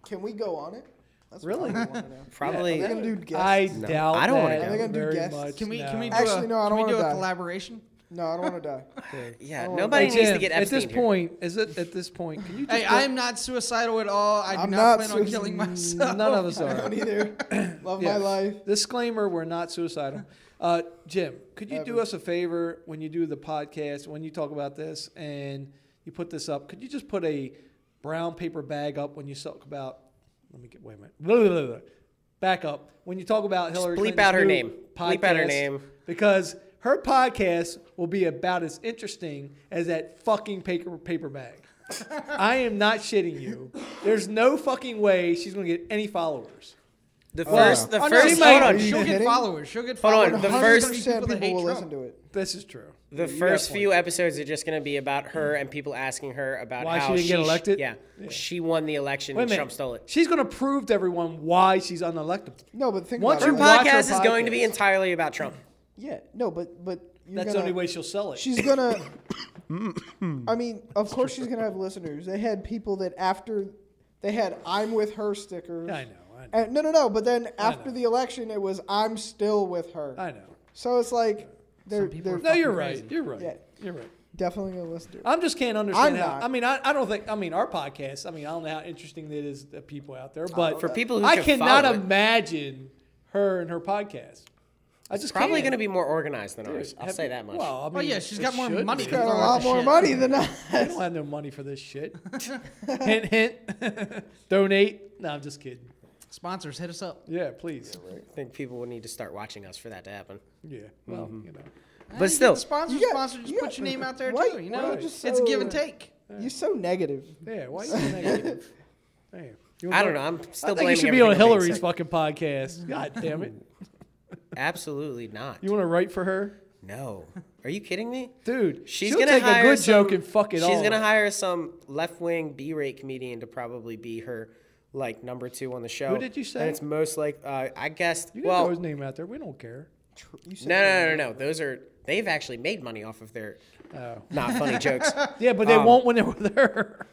A: Can we go on it? That's
D: Really?
A: What I wanna know.
B: Probably.
A: Are they gonna do guests?
D: I
B: No,
D: doubt.
B: I don't wanna
D: that
B: go. Are they
A: gonna do
D: very
A: guests?
D: much,
C: Can we can we do
D: no.
A: Actually,
C: a,
A: no, I
C: can
A: don't
C: we do
A: wanna
C: a
A: die.
C: collaboration?
A: no, I don't want to die.
B: Yeah,
A: Oh,
B: nobody
D: Hey,
B: needs to
D: Jim,
B: get
D: at
B: Epstein
D: this
B: here.
D: point. Is it at this point? Can you? Just
C: Hey, I am not suicidal at all. I do
A: I'm
C: not,
A: not
C: plan on
A: suicidal.
C: killing myself.
D: None of us
A: I
D: are.
A: don't either. Love
D: Yeah.
A: my life.
D: Disclaimer: We're not suicidal. Uh, Jim, could you do
A: Ever.
D: us a favor when you do the podcast, when you talk about this, and you put this up? Could you just put a brown paper bag up when you talk about? Let me get. Wait a minute. Blah, blah, blah, blah. Back up when you talk about Hillary.
B: bleep
D: Clinton's
B: out her
D: new
B: name. Bleep out her
D: podcast,
B: name.
D: because her podcast will be about as interesting as that fucking paper paper bag. I am not shitting you. There's no fucking way she's gonna get any followers.
B: The first, the
D: Oh, no,
B: first,
D: she might-
B: hold on.
A: Are you
C: She'll get
A: kidding?
C: followers. She'll get
B: Hold on,
C: followers.
B: the
C: There's
B: first-
A: 100%
C: gonna be that
A: people will
C: hate
A: listen
C: Trump.
A: to it.
D: This is true.
B: The
D: You got a
B: first
D: point.
B: few episodes are just going to be about her and people asking her about
D: Why she
B: how
D: didn't get elected?
B: Yeah, she won the election
D: Wait a
B: and
D: minute.
B: Trump stole it.
D: She's going to prove to everyone why she's unelectable.
A: No, but think
D: Once
A: about
B: Her
A: it.
D: you watch
B: podcast
D: her
B: is going to be
D: podcast.
B: entirely about Trump.
A: yeah, no, but but you're
D: That's
A: gonna,
D: the only way she'll sell it.
A: She's gonna. I mean, of course she's gonna have listeners. They had people that after they had "I'm with her" stickers.
D: I know. I know.
A: And, no, no, no. But then after
D: know.
A: the election, it was "I'm still with her."
D: I know.
A: so it's like they're
C: Some people
A: they're
C: are
D: No, you're
C: Fucking
D: right.
C: crazy.
D: You're right.
A: Yeah.
D: You're right.
A: definitely gonna listen to it.
D: I just can't understand
A: I'm
D: how.
A: not.
D: I mean, I, I don't think. I mean, our podcast. I mean, I don't know how interesting that is to people out there, but
B: For people who
D: I
B: can
D: cannot
B: follow it.
D: imagine her and her podcast. I just
B: Probably
D: can't.
B: going to be more organized than ours. I'll
D: Have
B: say
D: you-
B: that much.
D: Well, I mean,
C: Oh, yeah, she's
D: it
C: got more
D: should
C: money
D: be.
A: Got a
C: All
A: lot
C: that
A: more
C: shit.
A: money than us.
D: I don't have no money for this shit. hint, hint. Donate. No, I'm just kidding.
C: Sponsors, hit us up.
D: Yeah, please.
B: I think people would need to start watching us for that to happen.
D: Yeah. Well, you know.
B: But still,
C: the sponsors,
A: You got-
C: sponsor, just
A: you
C: put
A: got-
C: your name out there
A: why-
C: too. You
A: why
C: know,
A: you just
C: it's a give
A: so-
C: and take.
A: You're so negative.
D: Yeah, why are you so negative? Damn. You
B: I
D: wanna
B: don't
D: go-
B: know. I'm still
D: I think you
B: blaming
D: should be on
B: everything Clinton,
D: Hillary's
B: so-
D: fucking podcast. God damn it.
B: Absolutely not.
D: You want to write for her?
B: No. Are you kidding me?
D: Dude,
B: She's
D: she'll
B: gonna
D: take a
B: hire
D: good
B: some-
D: joke and fuck it
B: She's
D: all.
B: gonna
D: up.
B: hire some left wing B rate comedian to probably be her like number two on the show.
D: Who did you say?
B: And it's most like uh, I guessed.
D: You can
B: well,
D: throw his name out there. We don't care.
A: Tr- you said
B: No,
A: they
B: no, no,
A: were-
B: no, no. Those are they've actually made money off of their
D: Oh.
B: not funny jokes.
D: Yeah, but they
B: Um,
D: won't when they were there.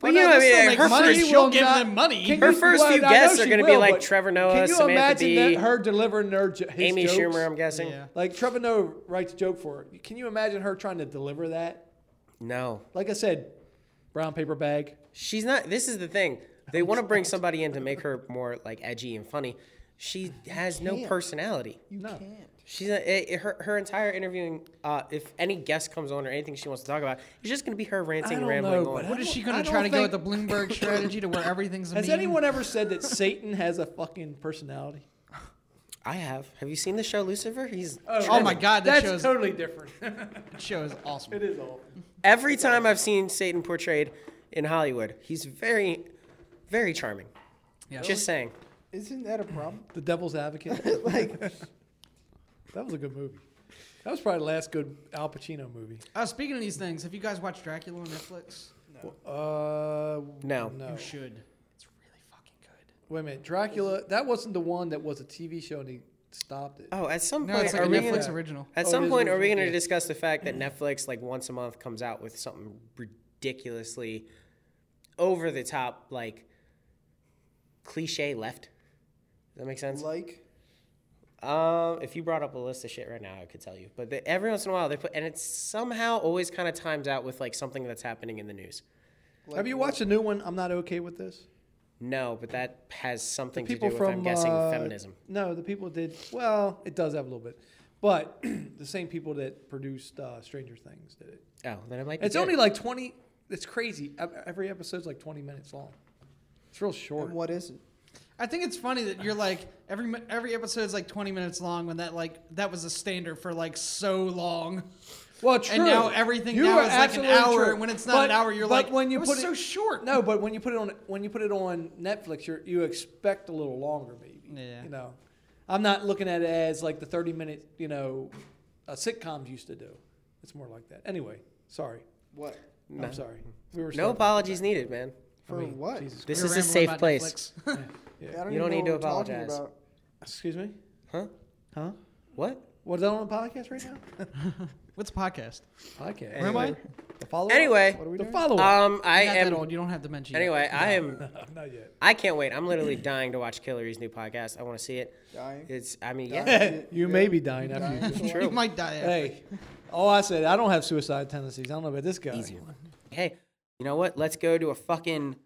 B: But you know, I mean, her
C: money.
B: first-
C: She will give them money.
D: Can
B: Her
D: you-
B: first
D: well,
B: few
D: I know
B: guests are
D: she
B: gonna be
D: will,
B: like
D: but
B: Trevor Noah,
D: Can you
B: Samantha
D: imagine
B: Bee,
D: that her delivering her jo- his
B: Amy
D: jokes?
B: Schumer, I'm guessing.
C: Yeah.
D: Like Trevor Noah writes a joke for her. Can you imagine her trying to deliver that?
B: No,
D: Like I said, brown paper bag.
B: she's not. This is the thing. They want to bring somebody in to make her more like edgy and funny. She has no
A: can't.
B: personality.
A: You
D: No.
A: can't.
B: She's a, it, her her entire interviewing. Uh, if any guest comes on or anything she wants to talk about, it's just gonna be her ranting,
D: don't
B: and rambling
D: know,
B: on.
D: but
C: What is she
D: I
C: going
D: don't
C: to try to go with the
D: think-
C: Bloomberg strategy to where everything's a
D: Has
C: meme?
D: anyone ever said that Satan has a fucking personality?
B: I have. Have you seen the show Lucifer? He's
C: Oh my God, that
D: that's
C: shows-
D: totally different.
C: That show is awesome.
D: it is all.
B: every time I've seen Satan portrayed in Hollywood, he's very, very charming.
C: Yeah.
B: Just saying.
A: Isn't that a problem?
D: The Devil's Advocate.
A: like,
D: that was a good movie. That was probably the last good Al Pacino movie.
C: Uh, speaking of these things, have you guys watched Dracula on Netflix?
D: Uh,
B: No.
D: no.
C: You should. It's really fucking good.
D: Wait a minute, Dracula. That wasn't the one that was a TV show and he stopped it.
B: Oh, at some
C: No,
B: point,
C: it's like
B: are
C: a
B: we
C: Netflix
B: gonna,
C: original.
B: At
D: Oh, it
B: some
D: is
B: point, are we
D: original,
B: going to
D: yeah.
B: discuss the fact that Netflix, like once a month, comes out with something ridiculously over the top, like cliche left? Does that make sense?
A: like,
B: Um, if you brought up a list of shit right now, I could tell you. But they, every once in a while, they put, and it's somehow always kind of times out with like something that's happening in the news.
A: like
D: Have you watched the new one? I'm not okay with this.
B: No, but that has something to do
D: people
B: with,
D: from
B: I'm guessing,
D: uh,
B: feminism.
D: No, the people did well. It does have a little bit, but the same people that produced uh, Stranger Things did it.
B: Oh, then it might be.
D: It's
B: good.
D: only like 20. It's crazy. Ev- Every episode's like 20 minutes long. It's real short.
A: And what is it?
C: I think it's funny that you're like every mi- every episode is like 20 minutes long when that like that was a standard for like so long.
D: Well, true.
C: And now everything now
D: are
C: is like an
D: absolutely
C: hour.
D: true.
C: When it's not an hour, you're
D: but
C: like,
D: when you
C: "It was
D: put
C: so
D: it,
C: short."
D: No, but when you put it on when you put it on Netflix, you you expect a little longer, maybe.
C: Yeah.
D: You know, I'm not looking at it as like the 30 minute, you know, uh, sitcoms used to do. It's more like that. Anyway, sorry.
A: What?
B: No.
D: I'm sorry. We were
B: No
D: still-
B: apologies needed, man.
A: For
D: I mean,
A: what?
D: Jesus
B: This
C: We were
B: is a
C: rambling
B: safe
C: about
B: place.
C: Netflix.
A: I don't
B: You don't
A: even
B: need
A: know
B: to
A: what we're talking
B: apologize.
A: about.
D: Excuse me?
B: Huh?
D: Huh?
B: What?
D: What's that on the podcast right now?
C: What's a podcast?
D: podcast.
B: Where am I?
D: The follow
B: Anyway,
A: What are we
D: The
A: doing?
D: follow up.
B: um, I
C: You're not that
B: am.
C: old. You don't have dementia. yet.
B: Anyway, I am.
D: Uh, Not yet.
B: I can't wait. I'm literally dying to watch Killary's new podcast. I want to see it.
A: Dying.
B: It's. I mean,
A: Dying.
B: yeah.
D: You may be dying after you.
A: Dying.
B: True.
C: you might die. after.
D: Hey, oh, I said I don't have suicide tendencies. I don't know about this guy.
B: Easy one. Hey, you know what? Let's go to a fucking.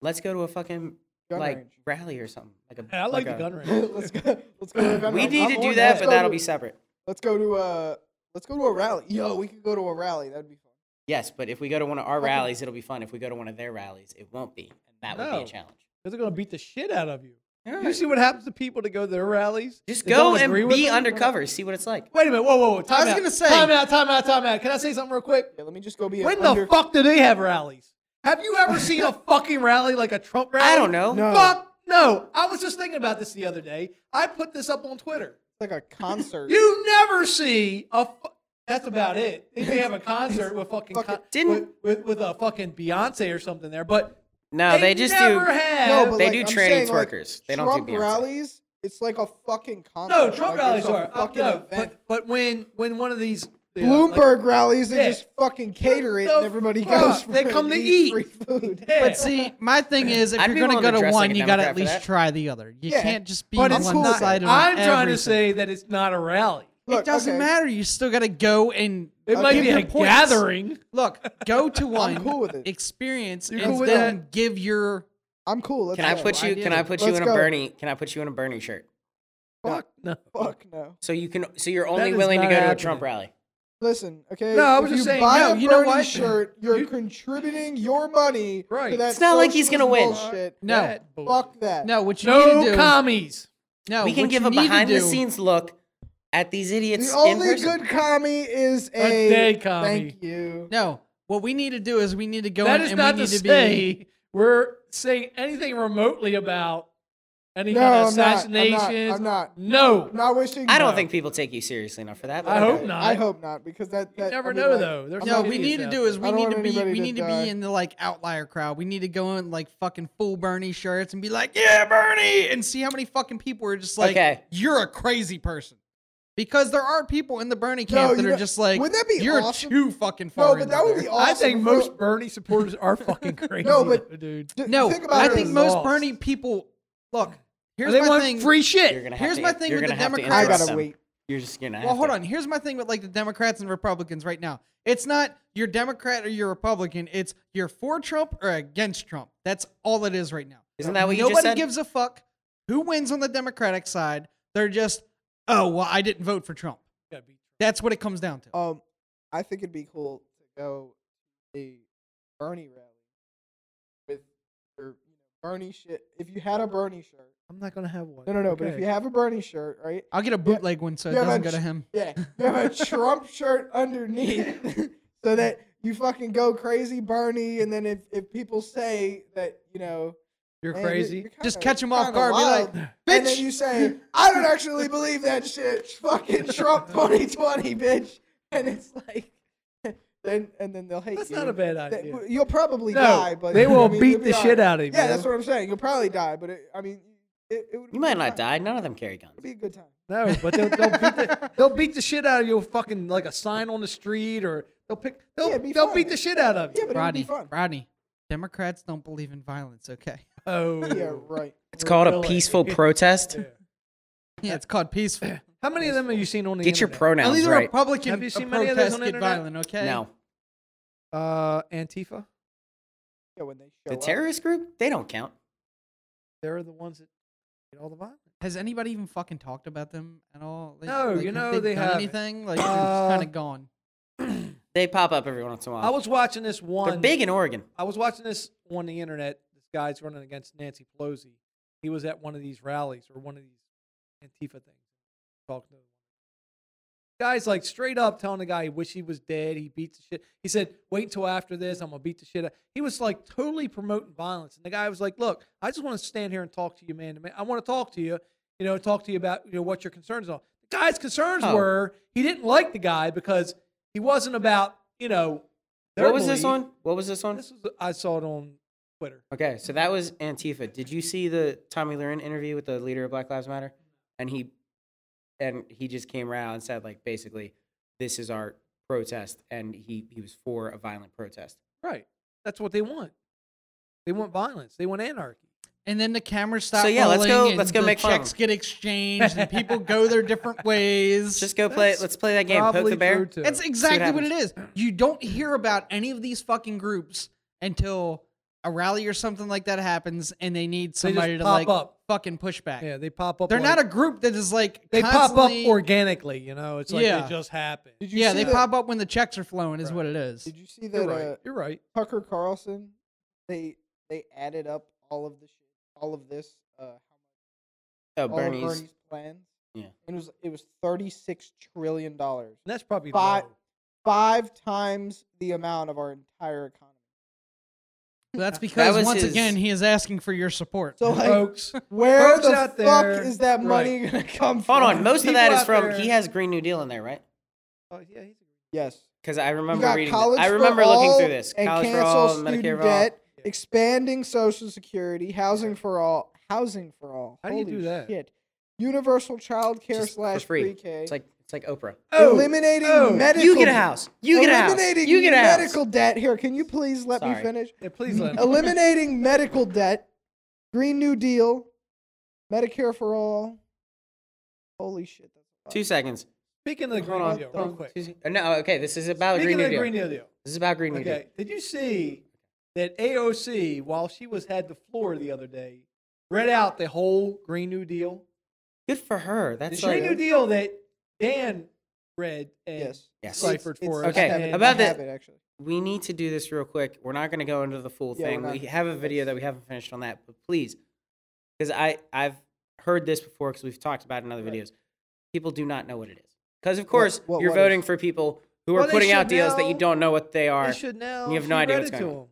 B: Let's go to a fucking
A: Gun
B: like
A: range.
B: rally or something. Like a.
D: Hey, I like the
B: a-
D: gun range.
A: let's go. Let's go. To
B: We
A: I'm-
B: need
A: I'm
B: to
A: on
B: do that,
A: Let's
B: but
A: go
B: that'll
A: to-
B: be separate.
A: Let's go to a. Let's go to a rally. Yo, we could go to a rally. That'd be fun.
B: Yes, but if we go to one of our rallies, it'll be fun. If we go to one of their rallies, it won't be, and that would be
D: No.
B: a challenge.
D: They're gonna beat the shit out of you. You
B: Alright.
D: see what happens to people that go to their rallies?
B: Just
D: They
B: go
D: don't
B: and
D: agree with
B: be
D: them?
B: undercover. See what it's like.
D: Wait a minute. Whoa, whoa, whoa. Time
C: was
D: out.
C: gonna say-
D: Time out. Time out. Time out. Can I say something real quick?
A: Yeah, let me just go be.
D: When
A: a
D: the
A: under-
D: fuck do they have rallies? Have you ever seen a fucking rally like a Trump rally?
B: I don't know.
A: No.
D: Fuck no. I was just thinking about this the other day. I put this up on Twitter.
A: It's like a concert.
D: You never see a. Fu- that's about it. They may have a concert with fucking con-
B: Didn't-
D: with, with with a fucking Beyonce or something there, but
B: No, they just do.
D: never have.
A: no, but
B: They
A: like,
B: do
A: I'm
B: tranny
A: saying, like,
B: twerkers. They don't do
A: Trump
B: Beyonce.
A: rallies. It's like a fucking concert.
D: No, Trump
A: Like,
D: rallies
A: it's a
D: are. uh,
A: fucking
D: No,
A: event.
D: but, but when when one of these you know, like-
A: Bloomberg rallies, they
D: Yeah.
A: just fucking cater it,
D: The
A: and everybody
D: fuck?
A: goes. For
D: They
A: it and
D: come to
A: eats
D: eat.
A: free food.
D: Yeah.
C: But see, my thing is, if
B: I'd be
C: you're going
B: willing to
C: to go to
B: dress
C: one,
B: like a
C: you got to
B: Democrat
C: at
B: for
C: least
B: that.
C: try the other. You
A: Yeah,
C: can't just be
D: but
C: one
D: it's cool.
C: sided.
D: I'm trying to say that it's not a rally.
A: Look,
C: it doesn't
A: okay,
C: matter. You still got to go and
D: It
A: I'll
D: might
A: give
D: be
A: you
D: a
C: points.
D: gathering.
C: look. Go to one.
A: cool with it.
C: Experience
A: You're
C: and
A: cool with
C: then give your.
A: I'm cool. Let's
B: Can I
A: go.
B: put you?
C: idea.
B: Can I put you
A: Let's
B: in a
A: go.
B: Bernie? Can I put you in a Bernie shirt?
D: Fuck no.
A: Fuck no.
B: So you can. So you're only
D: is
B: willing to
D: not
B: go to a
D: happening.
B: Trump rally.
A: Listen, okay.
D: No, I was
A: if
D: just
A: you
D: saying,
A: Buy
D: no,
A: a
D: you know
A: Bernie
D: what?
A: shirt. You're
D: You-
A: contributing your money.
D: Right.
A: To that
B: It's not like he's
A: socialist
B: gonna win.
A: Bullshit.
C: No.
D: That bull-
A: Fuck that.
C: No, what you need to
D: No
C: do.
D: commies.
C: no,
B: we can
C: what
B: give
C: you
B: a
C: need to
B: behind the
C: do-
B: scenes look at these idiots.
A: The
B: in
A: only
B: person.
A: good commie is a,
D: A day commie.
A: Thank you.
C: No, what we need to do is we need to go
D: That
C: in
D: is
C: and
D: not
C: we need
D: to
C: to
D: say
C: be.
D: we're saying anything remotely about
E: Any
A: No,
E: kind of
A: I'm not. I'm not.
E: assassinations?
A: I'm not.
E: No.
A: Not wishing.
B: I don't
A: no.
B: think people take you seriously enough for that.
E: I
B: but
E: hope
B: okay.
E: not.
A: I hope not because that. that
E: You never
A: I mean,
E: know
A: like,
E: though. There's
C: No,
E: some
C: we
E: idiots
C: need to
E: out
C: do
A: I
C: is we
A: don't
C: need
A: want
C: to be
A: anybody
C: we
A: to
C: need to
A: die.
C: be in the like outlier crowd. We need to go in like fucking full Bernie shirts and be like, "Yeah, Bernie," and see how many fucking people are just like,
B: Okay.
C: "You're a crazy person," because there are people in the Bernie
A: No,
C: camp that
A: you
C: are
A: know-
C: just like,
A: wouldn't that be
C: "You're
A: awesome?"
C: too fucking far."
A: No, but
C: into
A: that would
C: there."
A: be
E: there.
A: awesome.
E: I think
A: if-
E: most Bernie supporters are fucking crazy.
A: No, but-
E: though, dude,
A: d-
C: no.
A: think about
C: I
A: it
C: think
A: as-
C: most
E: lost.
C: Bernie people look. Here's
E: they
C: my
E: want
C: thing.
E: free shit.
B: You're gonna have
C: Here's
B: to-
C: my thing
B: you're
C: with
B: gonna
C: the
B: have to
A: I
C: Democrats.
B: interrupt
A: gotta
B: them.
A: wait.
B: You're just gonna.
C: Well,
B: have
C: hold
B: to.
C: on. Here's my thing with like the Democrats and Republicans right now. It's not you're Democrat or you're Republican. It's you're for Trump or against Trump. That's all it is right now.
B: Isn't that what you
C: Nobody
B: just said?
C: gives a fuck who wins on the Democratic side. They're just, oh well, I didn't vote for Trump.
D: Gotta be-
C: That's what it comes down to.
A: Um, I think it'd be cool to go to a Bernie rally with your you know, Bernie shit. If you had a Bernie shirt,
D: I'm not gonna have one.
A: no, no, no. But if you have a Bernie shirt, right?
C: I'll get a bootleg one so it
A: yeah,
C: doesn't
A: but
C: go to him.
A: Yeah, you have a Trump shirt underneath, so that you fucking go crazy, Bernie. And then if if people say that you know.
E: You're
A: "Man, you're-
E: crazy.
A: you're kinda-
C: Just catch 'em off
A: kinda
C: guard, be
A: wild,"
C: like,
A: and then
C: "Bitch!"
A: you say, "I don't actually believe that shit." Fucking Trump 2020, bitch. And it's like, then and then they'll hate
D: That's
A: you.
D: not a bad
A: That-
D: idea.
A: You'll probably
D: No,
A: die, but
E: they will
A: I mean,
E: beat
A: you'll
E: the shit
A: alright.
E: out of you,
A: Yeah,
E: man.
A: that's what I'm saying. You'll probably die, but it, I mean, it, it would.
B: You might not
A: die.
B: die. None of them carry guns.
A: It'd be a good time.
D: No, but they'll, they'll, beat the, they'll beat the shit out of you. Fucking like a sign on the street, or they'll pick. They'll,
A: Yeah, it'd be
D: they'll
A: fun.
D: beat the shit out of
A: Yeah,
D: you.
A: but
C: Rodney,
A: it'd be fun.
C: Rodney, Democrats don't believe in violence. Okay,
D: Oh,
A: Yeah, right.
B: It's called a
D: Really?
B: peaceful protest.
C: yeah, it's called peaceful.
D: How many of them have you seen on the
B: Get your
D: internet?
C: At
B: pronouns
C: least
B: right.
C: Republican
D: Have you seen many of those
C: protests
D: on the
C: get
D: internet?
C: violent. Okay,
B: No,
D: pro? Uh, Antifa.
A: Yeah, when they show
B: the
A: up.
B: terrorist group they don't count.
D: They're the ones that get all the violence.
C: Has anybody even fucking talked about them at all? Like,
D: No,
C: like,
D: you
C: have
D: know,
C: they,
D: they
C: done
D: haven't.
C: anything. Like
D: Uh,
C: it's kind of gone.
B: They pop up every once in a
D: I
B: while.
D: was watching this
B: They're
D: one.
B: big in Oregon.
D: I was watching this on the internet. This guy's running against Nancy Pelosi. He was at one of these rallies or one of these Antifa things. Talk to him. Guy's like straight up telling the guy he wish he was dead. He beat the shit. He said, "Wait until after this. I'm gonna beat the shit." Out. He was like totally promoting violence, and the guy was like, "Look, I just want to stand here and talk to you, man to man. I want to talk to you, you know, talk to you about you know what your concerns are." The guy's concerns
B: Oh.
D: were he didn't like the guy because he wasn't about you know. their
B: What was this
D: belief.
B: one? What was this one?
D: This was I saw it on Twitter.
B: Okay, so that was Antifa. Did you see the Tommy Lauren interview with the leader of Black Lives Matter? And he and he just came right out and said like basically this is our protest and he he was for a violent protest.
D: Right. That's what they want. They want violence. They want anarchy.
C: And then the cameras stop.
B: So, yeah, let's
C: rolling
B: go-
C: and
B: let's go
C: the
B: make fun of
C: checks
B: them.
C: get exchanged and people go their different ways.
B: Just go play
D: That's
B: let's play that game poke
D: Probably
B: the bear.
D: true, too.
C: That's exactly what, it
B: happens.
C: is. You don't hear about any of these fucking groups until a rally or something like that happens, and they need somebody to
D: pop
C: like
D: up.
C: fucking push back.
D: yeah, they pop up.
C: They're not a
D: like-
C: group that is like
D: They pop up
C: constantly-
D: organically. You know, it's like
C: Yeah.
D: they just happen.
A: Did you
C: Yeah,
A: see
C: they
A: that-
C: pop up when the checks are flowing. Is
D: Right.
C: what it is.
A: Did you see
D: You're
A: that uh,
D: right. You're right.
A: Tucker Carlson? They they added up all of the shit, all of this, uh,
B: Oh,
A: all of
B: Bernie's.
A: Bernie's plans.
B: Yeah.
A: it was it was thirty six trillion dollars.
D: And that's probably
A: But-
D: low.
A: five times the amount of our entire economy.
C: That's because
B: was
C: once
B: his-
C: again he is asking for your support.
A: So like,
D: folks.
A: where
D: folks
A: the
D: out
A: fuck
D: there-
A: is that money gonna come from?
B: Hold on, most of
D: People
B: that is
D: out
B: from
D: there-
B: he has Green New Deal in there, right?
D: Oh, yeah, he's
A: yes,
B: Because I
A: you
B: remember
A: got
B: reading.
A: college.
B: That. I
A: for
B: remember looking
A: all
B: through this.
A: and
B: College for
A: cancel
B: all,
A: student
B: Medicare for all.
A: debt, expanding Social Security, housing for all, housing for all.
D: How do you
A: Holy
D: do that?
A: Shit. Universal child care
B: Just for
A: slash
B: free.
A: pre K.
B: It's like it's like Oprah.
D: Oh,
A: eliminating
D: oh.
A: medical.
B: You get a house. You get a house.
A: eliminating
B: You get a house.
A: medical debt. Here, can you please let me
B: Sorry.
A: finish?
D: yeah, please let him.
A: eliminating medical debt, Green New Deal, Medicare for all. Holy shit! That's a
B: Two
A: lot.
B: seconds.
D: Speaking of the
B: Hold
D: Green
B: on.
D: Deal,
A: What
D: real
A: the-
D: quick.
B: Two se- uh, No, okay. This is about
D: Speaking
B: Green
D: of
B: New
D: the
B: Deal.
D: Green New Deal.
B: This is about Green New Deal.
D: Okay. Did you see that AOC, while she was had the floor the other day, read out the whole Green New Deal?
B: Good for her.
D: The
B: That's
D: Green
B: like-
D: New Deal that Dan read and
A: Yes.
B: yes.
D: Like- Ciphered for us.
B: Okay,
D: And-
B: about
A: I
B: the-
A: have it, actually.
B: we need to do this real quick. We're not going to go into the full
A: Yeah, we're
B: thing.
A: not
B: We
A: gonna
B: have a
A: do
B: video
A: this.
B: that we haven't finished on that, but please, because I I've heard this before because we've talked about it in other
D: Right.
B: videos. People do not know what it is because of course
A: what-
B: you're
A: what
B: voting
A: is-
B: for people who
D: Well,
B: are
D: they
B: putting out
D: should
B: deals that you
D: know.
B: don't know what they are.
D: They should know.
B: You have
D: She
B: no idea
D: read
B: what's
D: it
B: going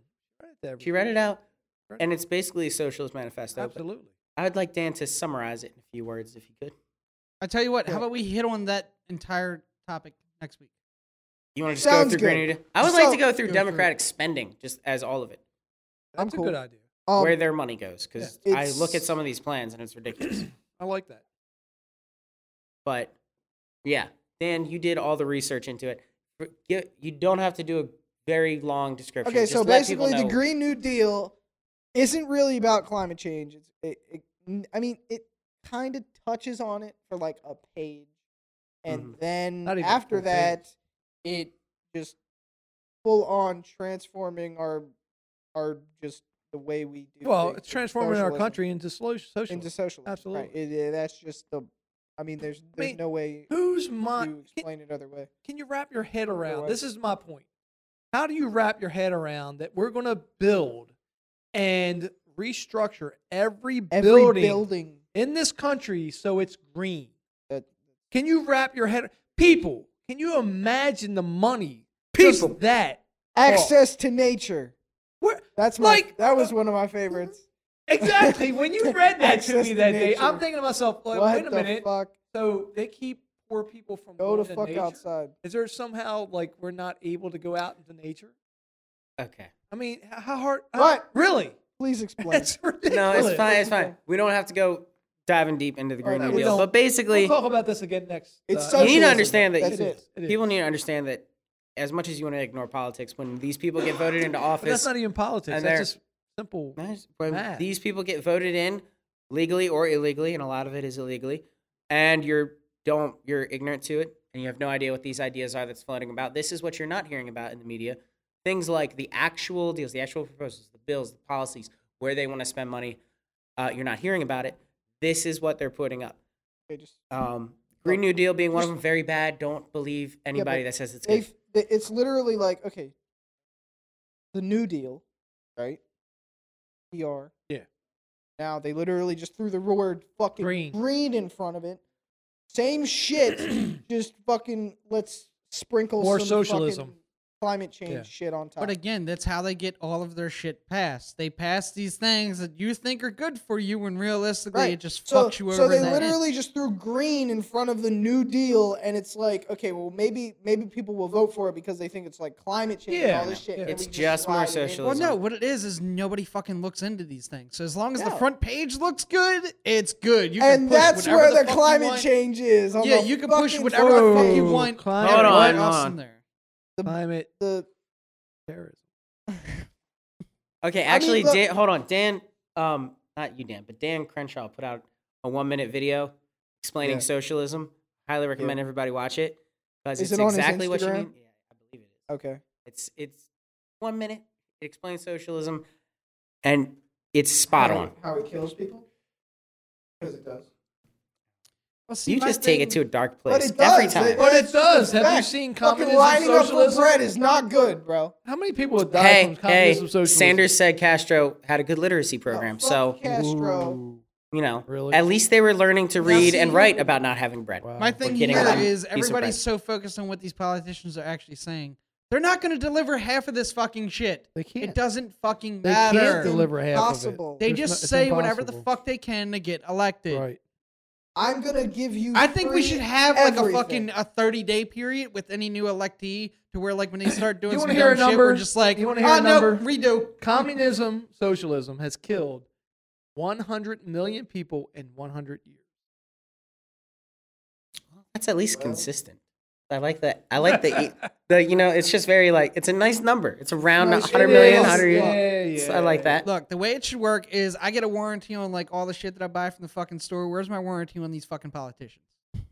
D: to 'em. She read it to
B: She read it out,
D: Read it
B: and
D: to
B: it's basically a socialist manifesto. but
D: Absolutely.
B: I would like Dan to summarize it in a few words, if you could.
C: I tell you what,
A: Yeah.
C: how about we hit on that entire topic next week?
B: You want to just
A: Sounds
B: go
A: good.
B: through Grenada? I would like
A: So-
B: to go through
C: Go through it.
B: Democratic spending, just as all of it,
A: I'm
D: That's a
A: cool.
D: good idea.
A: Um,
B: where their money goes, because
A: Yeah.
B: I look at
A: It's-
B: some of these plans and it's ridiculous.
D: I like that.
B: but yeah, Dan, you did all the research into it. R- You you don't have to do a very long description.
A: okay,
B: just
A: so
B: let people
A: basically, the
B: know-
A: Green New Deal isn't really about climate change. It's, it, it, n- I mean, it kind of touches on it for like a page, and then
D: Mm-hmm. Not even
A: after
D: full page.
A: that, it just full on transforming our our just the way we do.
D: Well,
A: things
D: it's
A: with
D: transforming our
A: socialism
D: country into slo- socialism.
A: into socialism. right.
D: Absolutely.
A: It- it- that's just the. I mean, there's there's
D: mean,
A: no way
D: Whose
A: you
D: mind? Can,
A: explain it other way.
D: can you wrap your head around?
A: way.
D: This is my point. How do you wrap your head around that we're going to build and restructure every,
A: Every building,
D: in this country so it's green?
A: that
D: Can you wrap your head? People, can you imagine the money? just
B: People.
D: that.
A: access to nature.
D: Where,
A: That's my
D: Like- oh,
A: that was one of my favorites.
D: exactly. When you read that to
A: Access
D: me
A: to
D: that day,
A: nature.
D: I'm thinking to myself, like,
A: what
D: wait a
A: the
D: minute.
A: fuck?
D: So they keep poor people from
A: Go
D: going
A: the fuck
D: nature?
A: outside.
D: Is there somehow like we're not able to go out into nature?
B: Okay.
D: I mean, h- how hard? how-
A: What?
D: Really?
A: Please explain.
D: That's ridiculous.
B: No, it's fine. It's fine. We don't have to go diving deep into the
A: All
B: Green
A: right,
B: New
A: we
B: Deal,
D: don't.
B: but basically,
D: We'll talk about this again next.
A: It's
D: uh,
B: you need to
A: Socialism.
B: understand that
A: That's
B: you-
A: it.
D: It is.
B: people need to understand that as much as you want to ignore politics, when these people get voted into
D: But that's
B: office,
D: not even politics.
B: and
D: That's
B: they're-
D: just simple.
B: Nice. When
D: Mad.
B: these people get voted in legally or illegally, and a lot of it is illegally, and you're don't you're ignorant to it, and you have no idea what these ideas are that's floating about. This is what you're not hearing about in the media. Things like the actual deals, the actual proposals, the bills, the policies, where they want to spend money. Uh, you're not hearing about it. This is what they're putting up.
A: They just
B: Um, Green New Deal being one of them, very bad. Don't believe anybody
A: but
B: that says it's
A: they,
B: good.
A: f- they it's literally like okay, the New Deal, right? PR.
D: Yeah.
A: Now they literally just threw the word fucking
D: Green.
A: green in front of it. Same shit, just fucking let's sprinkle
D: More
A: some
D: socialism.
A: fucking climate change
D: Yeah.
A: shit on top.
C: But again, that's how they get all of their shit passed. They pass these things that you think are good for you, when realistically it just
A: so,
C: fucks you
A: so
C: over.
A: they
C: in the end.
A: literally just threw green in front of the New Deal, and it's like, okay, well, maybe maybe people will vote for it because they think it's like climate change and all
D: Yeah.
A: this shit.
D: Yeah.
A: and
B: It's
A: we
B: just more
A: slide it in.
B: socialism.
C: Well, no, what it is is nobody fucking looks into these things. So as long as the
A: No.
C: front page looks good, it's good. You can
A: And
C: push
A: that's
C: whatever
A: where
C: the,
A: the,
C: fuck you
A: climate
C: want.
A: change is. on
C: Yeah,
A: the
C: you can push
A: fucking
C: whatever the fuck you
D: Whoa,
C: want.
D: climate-
B: Hold
C: everyone
B: on,
C: else
B: hold
C: in
B: on.
C: there.
D: Climate
A: The,
D: terrorism.
A: mean,
B: Okay, actually,
A: look-
B: Dan, hold on, Dan. Um, not you, Dan, but Dan Crenshaw put out a one-minute video explaining
A: Yeah.
B: socialism. Highly recommend everybody watch it because
A: Is
B: it's
A: it on his
B: exactly what you
A: Instagram? Oh.
B: mean. Yeah, I believe it is.
A: okay.
B: It's it's one minute. It explains socialism, and it's spot on.
A: How it kills people? Because it does.
C: Well, see,
B: You
C: my
B: just take it to
C: thing-
B: a dark
A: But
B: place
A: it
B: every
A: does,
B: time.
A: it-
D: But it
A: That's
D: does.
A: the
D: Have you
A: fact.
D: seen
A: Fucking
D: communism,
A: lining up for
D: socialism?
A: bread is not good, bro.
D: How many people have died
B: hey,
D: from
B: hey,
D: communism, socialism?
B: Sanders said Castro had a good literacy
A: Oh,
B: program,
A: fuck
B: so
A: Castro.
B: you know,
D: Really?
B: at least they were learning to
A: Now
B: read
A: see-
B: and write about not having bread.
D: Wow.
C: My thing
B: getting
C: here
B: one piece
C: is
B: of bread.
C: everybody's so focused on what these politicians are actually saying. They're not going to deliver half of this fucking shit.
D: They can't.
C: It doesn't fucking
D: They
C: matter.
D: can't deliver half
A: Impossible.
C: They
D: There's no-
C: just
D: it's
C: say whatever the
D: impossible.
C: fuck they can to get elected.
D: Right.
A: I'm gonna give you.
C: I think we
A: free
C: should have like a
A: everything.
C: fucking a thirty day period with any new electee to where like when they start doing
D: You
C: some
D: wanna hear
C: dumb
D: a
C: shit, we're
D: number?
C: just like
D: You wanna
C: to
D: hear a number?
C: no redo.
D: Communism, socialism has killed 100 million people in 100 years.
B: That's at least consistent. I like that. I like the, the you know, it's just very like it's a nice number. It's a round
A: Nice.
B: 100
A: It
B: million,
A: is.
B: 100
D: Yeah,
B: years.
D: yeah.
B: I like that.
C: Look, the way it should work is I get a warranty on like all the shit that I buy from the fucking store. Where's my warranty on these fucking politicians?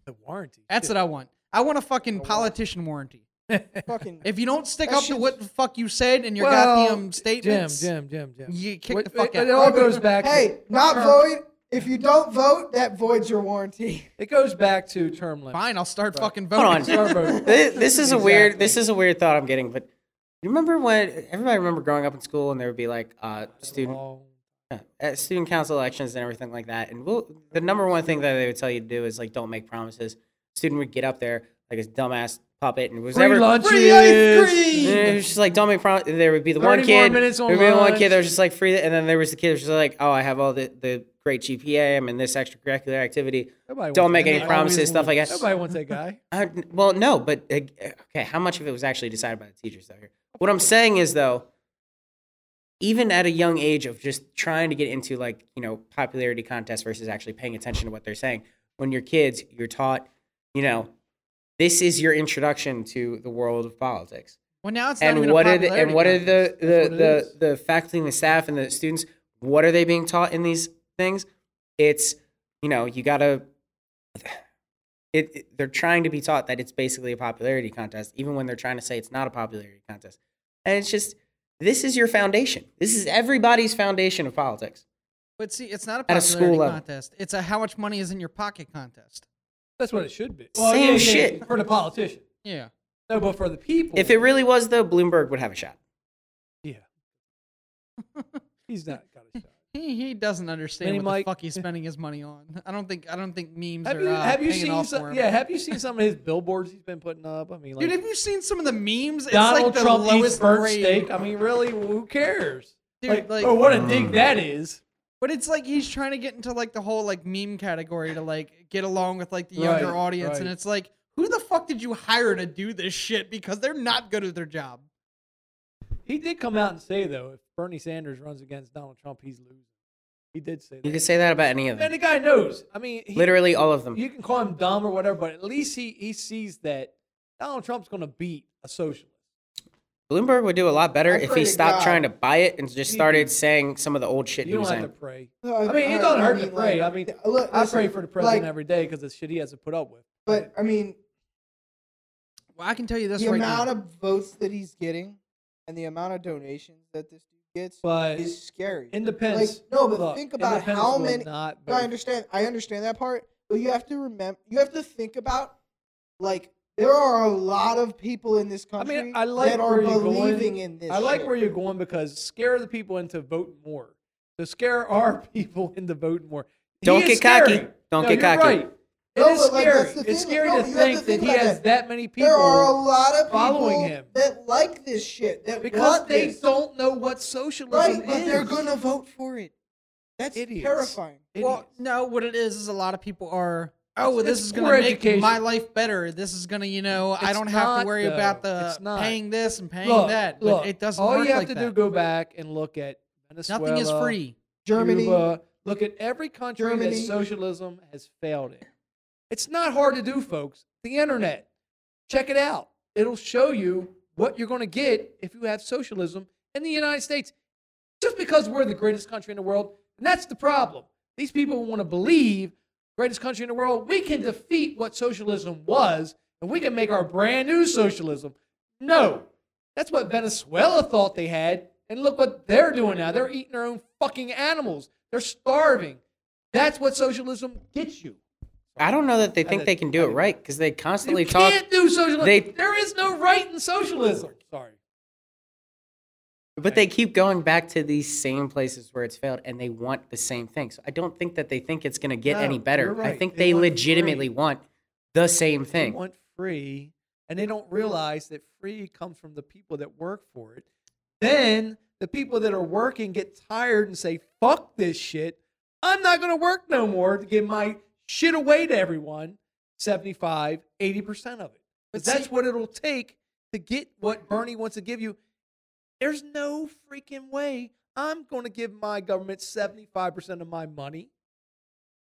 D: The warranty.
C: That's what I want. I want a fucking politician warranty.
A: fucking.
C: If you don't stick
A: That
C: up to
A: shit's-
C: what the fuck you said in your
D: Well,
C: goddamn
D: Jim,
C: statements,
D: Jim, Jim, Jim.
C: you kick
D: Wait,
C: the fuck
D: it,
C: out.
D: it all goes back.
A: Hey,
D: to,
A: not
D: term-
A: void. If you don't vote, that voids your warranty.
D: It goes back to term limits.
C: Fine, I'll start fucking
B: Hold on.
C: voting.
D: Start voting.
B: Thi- This is a weird this is a weird thought I'm getting, but you remember when everybody remember growing up in school and there would be like uh student
D: Oh,
B: uh, student council elections and everything like that. And we'll, the number one thing that they would tell you to do is like don't make promises. Student would get up there, like a dumbass puppet and was
D: Free
B: never
D: lunches.
A: Free ice cream!
B: And it was just like don't make prom- there would be the one
D: 30 more
B: kid
D: minutes on
B: there would be the one
D: lunch.
B: kid that was just like free and then there was the kid that was just like oh I have all the, the great GPA I'm in this extracurricular activity
D: Nobody
B: don't
D: wants
B: make
D: that.
B: any
D: Nobody
B: promises
D: always
B: stuff like that
D: Nobody wants that guy.
B: I, well, no, but uh, okay. How much of it was actually decided by the teachers, though? Here, what I'm saying is though, even at a young age of just trying to get into like you know popularity contests versus actually paying attention to what they're saying, when you're kids, you're taught, you know, this is your introduction to the world of politics
C: Well, now it's not
B: and
C: even
B: what
C: a
B: are the, and
C: popularity
B: what are
C: contest.
B: the the,
D: what it
B: the the faculty and the staff and the students what are they being taught in these things it's you know you gotta it, it- they're trying to be taught that it's basically a popularity contest even when they're trying to say it's not a popularity contest and it's just this is your foundation this is everybody's foundation of politics
C: But see, it's not a
B: at a
C: popularity
B: school level.
C: contest. It's a how much money is in your pocket contest.
D: That's what it should be.
B: Same shit.
D: for the politician.
C: Yeah.
D: No, but for the people.
B: if it really was though bloomberg would have a shot
D: yeah, he's not got a shot.
C: He, he doesn't understand
D: Mini
C: what
D: Mike.
C: the fuck he's spending his money on. I don't think I don't think memes
D: Have
C: are
D: you
C: uh,
D: have you
C: hanging
D: seen
C: off
D: some,
C: for him.
D: yeah Have you seen some of his billboards he's been putting up? I mean, like
C: Dude, have you seen some of the memes? It's
D: Donald
C: like the
D: Trump eats
C: lowest
D: burnt
C: grade.
D: steak. I mean, really, who cares?
C: Dude,
D: like,
C: like- Mm.
D: oh, what a dig that is.
C: But it's like he's trying to get into like the whole like meme category to like get along with like the younger
D: Right,
C: audience, and
D: right.
C: it's like, who the fuck did you hire to do this shit? Because they're not good at their job.
D: He did come out and say though, if Bernie Sanders runs against Donald Trump, he's losing. He did say
B: you
D: that.
B: could say that about any of
D: And
B: them
D: the guy knows. I mean, he,
B: literally all of them
D: you can call him dumb or whatever, but at least he he sees that Donald Trump's going to beat a socialist.
B: bloomberg would do a lot better
A: I
B: if
A: pray
B: he
A: to
B: stopped
A: God.
B: trying to buy it and just started saying some of the old shit
D: You
B: he
D: don't
B: was
D: have
B: saying
D: to pray.
A: No,
D: I mean, it don't hurt to pray. I mean,
A: yeah, look,
D: I
A: listen,
D: pray for the president
A: like,
D: every day because the shit he has to put up with.
A: But I mean,
C: Well, I can tell you this
A: the
C: right
A: amount
C: now.
A: of votes that he's getting and the amount of donations that this dude gets
D: But
A: is scary.
D: independence.
A: Like, no, but
D: look,
A: think about
D: independence
A: how
D: will
A: many-
D: Not
A: No, I
D: vote.
A: understand. I understand that part, but you have to remember. You have to think about like there are a lot of people in this
D: I
A: country
D: mean, I like
A: that are
D: where you're
A: believing
D: going.
A: in this.
D: I like
A: shit.
D: where you're going because scare the people into voting more. So scare our people into voting more. He
B: Don't
D: is
B: get cocky.
D: scary.
B: Don't
D: No,
B: get
D: you're
B: cocky.
D: Right. It
A: No,
D: is
A: but, like,
D: scary.
A: that's the
D: it's
A: thing.
D: scary
A: No,
D: to
A: you have to
D: think that
A: think
D: he
A: about
D: has
A: that.
D: that many people
A: there are a lot of
D: following
A: people
D: him.
A: that like this shit that
D: because
A: want
D: they
A: this.
D: don't know what socialism
A: right,
D: is.
A: but they're gonna vote for it. That's
D: Idiots.
A: terrifying.
C: Well,
D: Idiots.
C: no, what it is is a lot of people are. Oh, well, this
D: it's
C: is gonna
D: poor
C: make
D: education.
C: my life better. This is gonna, you know, I
D: It's
C: don't have
D: not,
C: to worry about
D: though.
C: the
D: It's not.
C: paying this and paying
D: look,
C: that. But
D: look,
C: it doesn't
D: All
C: work
D: you have
C: like
D: to
C: that.
D: do go back and look at Venezuela.
C: Nothing is free.
A: Germany,
D: Cuba. Look at every country that
A: Germany.
D: socialism has failed in. It's not hard to do, folks. The internet. Check it out. It'll show you what you're going to get if you have socialism in the United States. Just because we're the greatest country in the world, and that's the problem. These people want to believe greatest country in the world, we can defeat what socialism was and we can make our brand new socialism. No. That's what Venezuela thought they had. And look what they're doing now. They're eating their own fucking animals. They're starving. That's what socialism gets you.
B: I don't know that they think
D: did-
B: they can do it right because they constantly
D: You
B: talk.
D: can't do socialism.
B: they-
D: there is no right in socialism. Sorry.
B: But they keep going back to these same places where it's failed, and they want the same thing. So I don't think that they think it's going to get
D: No,
B: any better.
D: you're
B: I
D: right.
B: think
D: They
B: they,
D: want
B: legitimately want the same
D: They
B: thing.
D: want free, and they don't realize that free comes from the people that work for it. Then the people that are working get tired and say, fuck this shit. I'm not going to work no more to give my shit away to everyone 75, 80% of it. But that's what it'll take to get what Bernie wants to give you. There's no freaking way I'm going to give my government 75% of my money.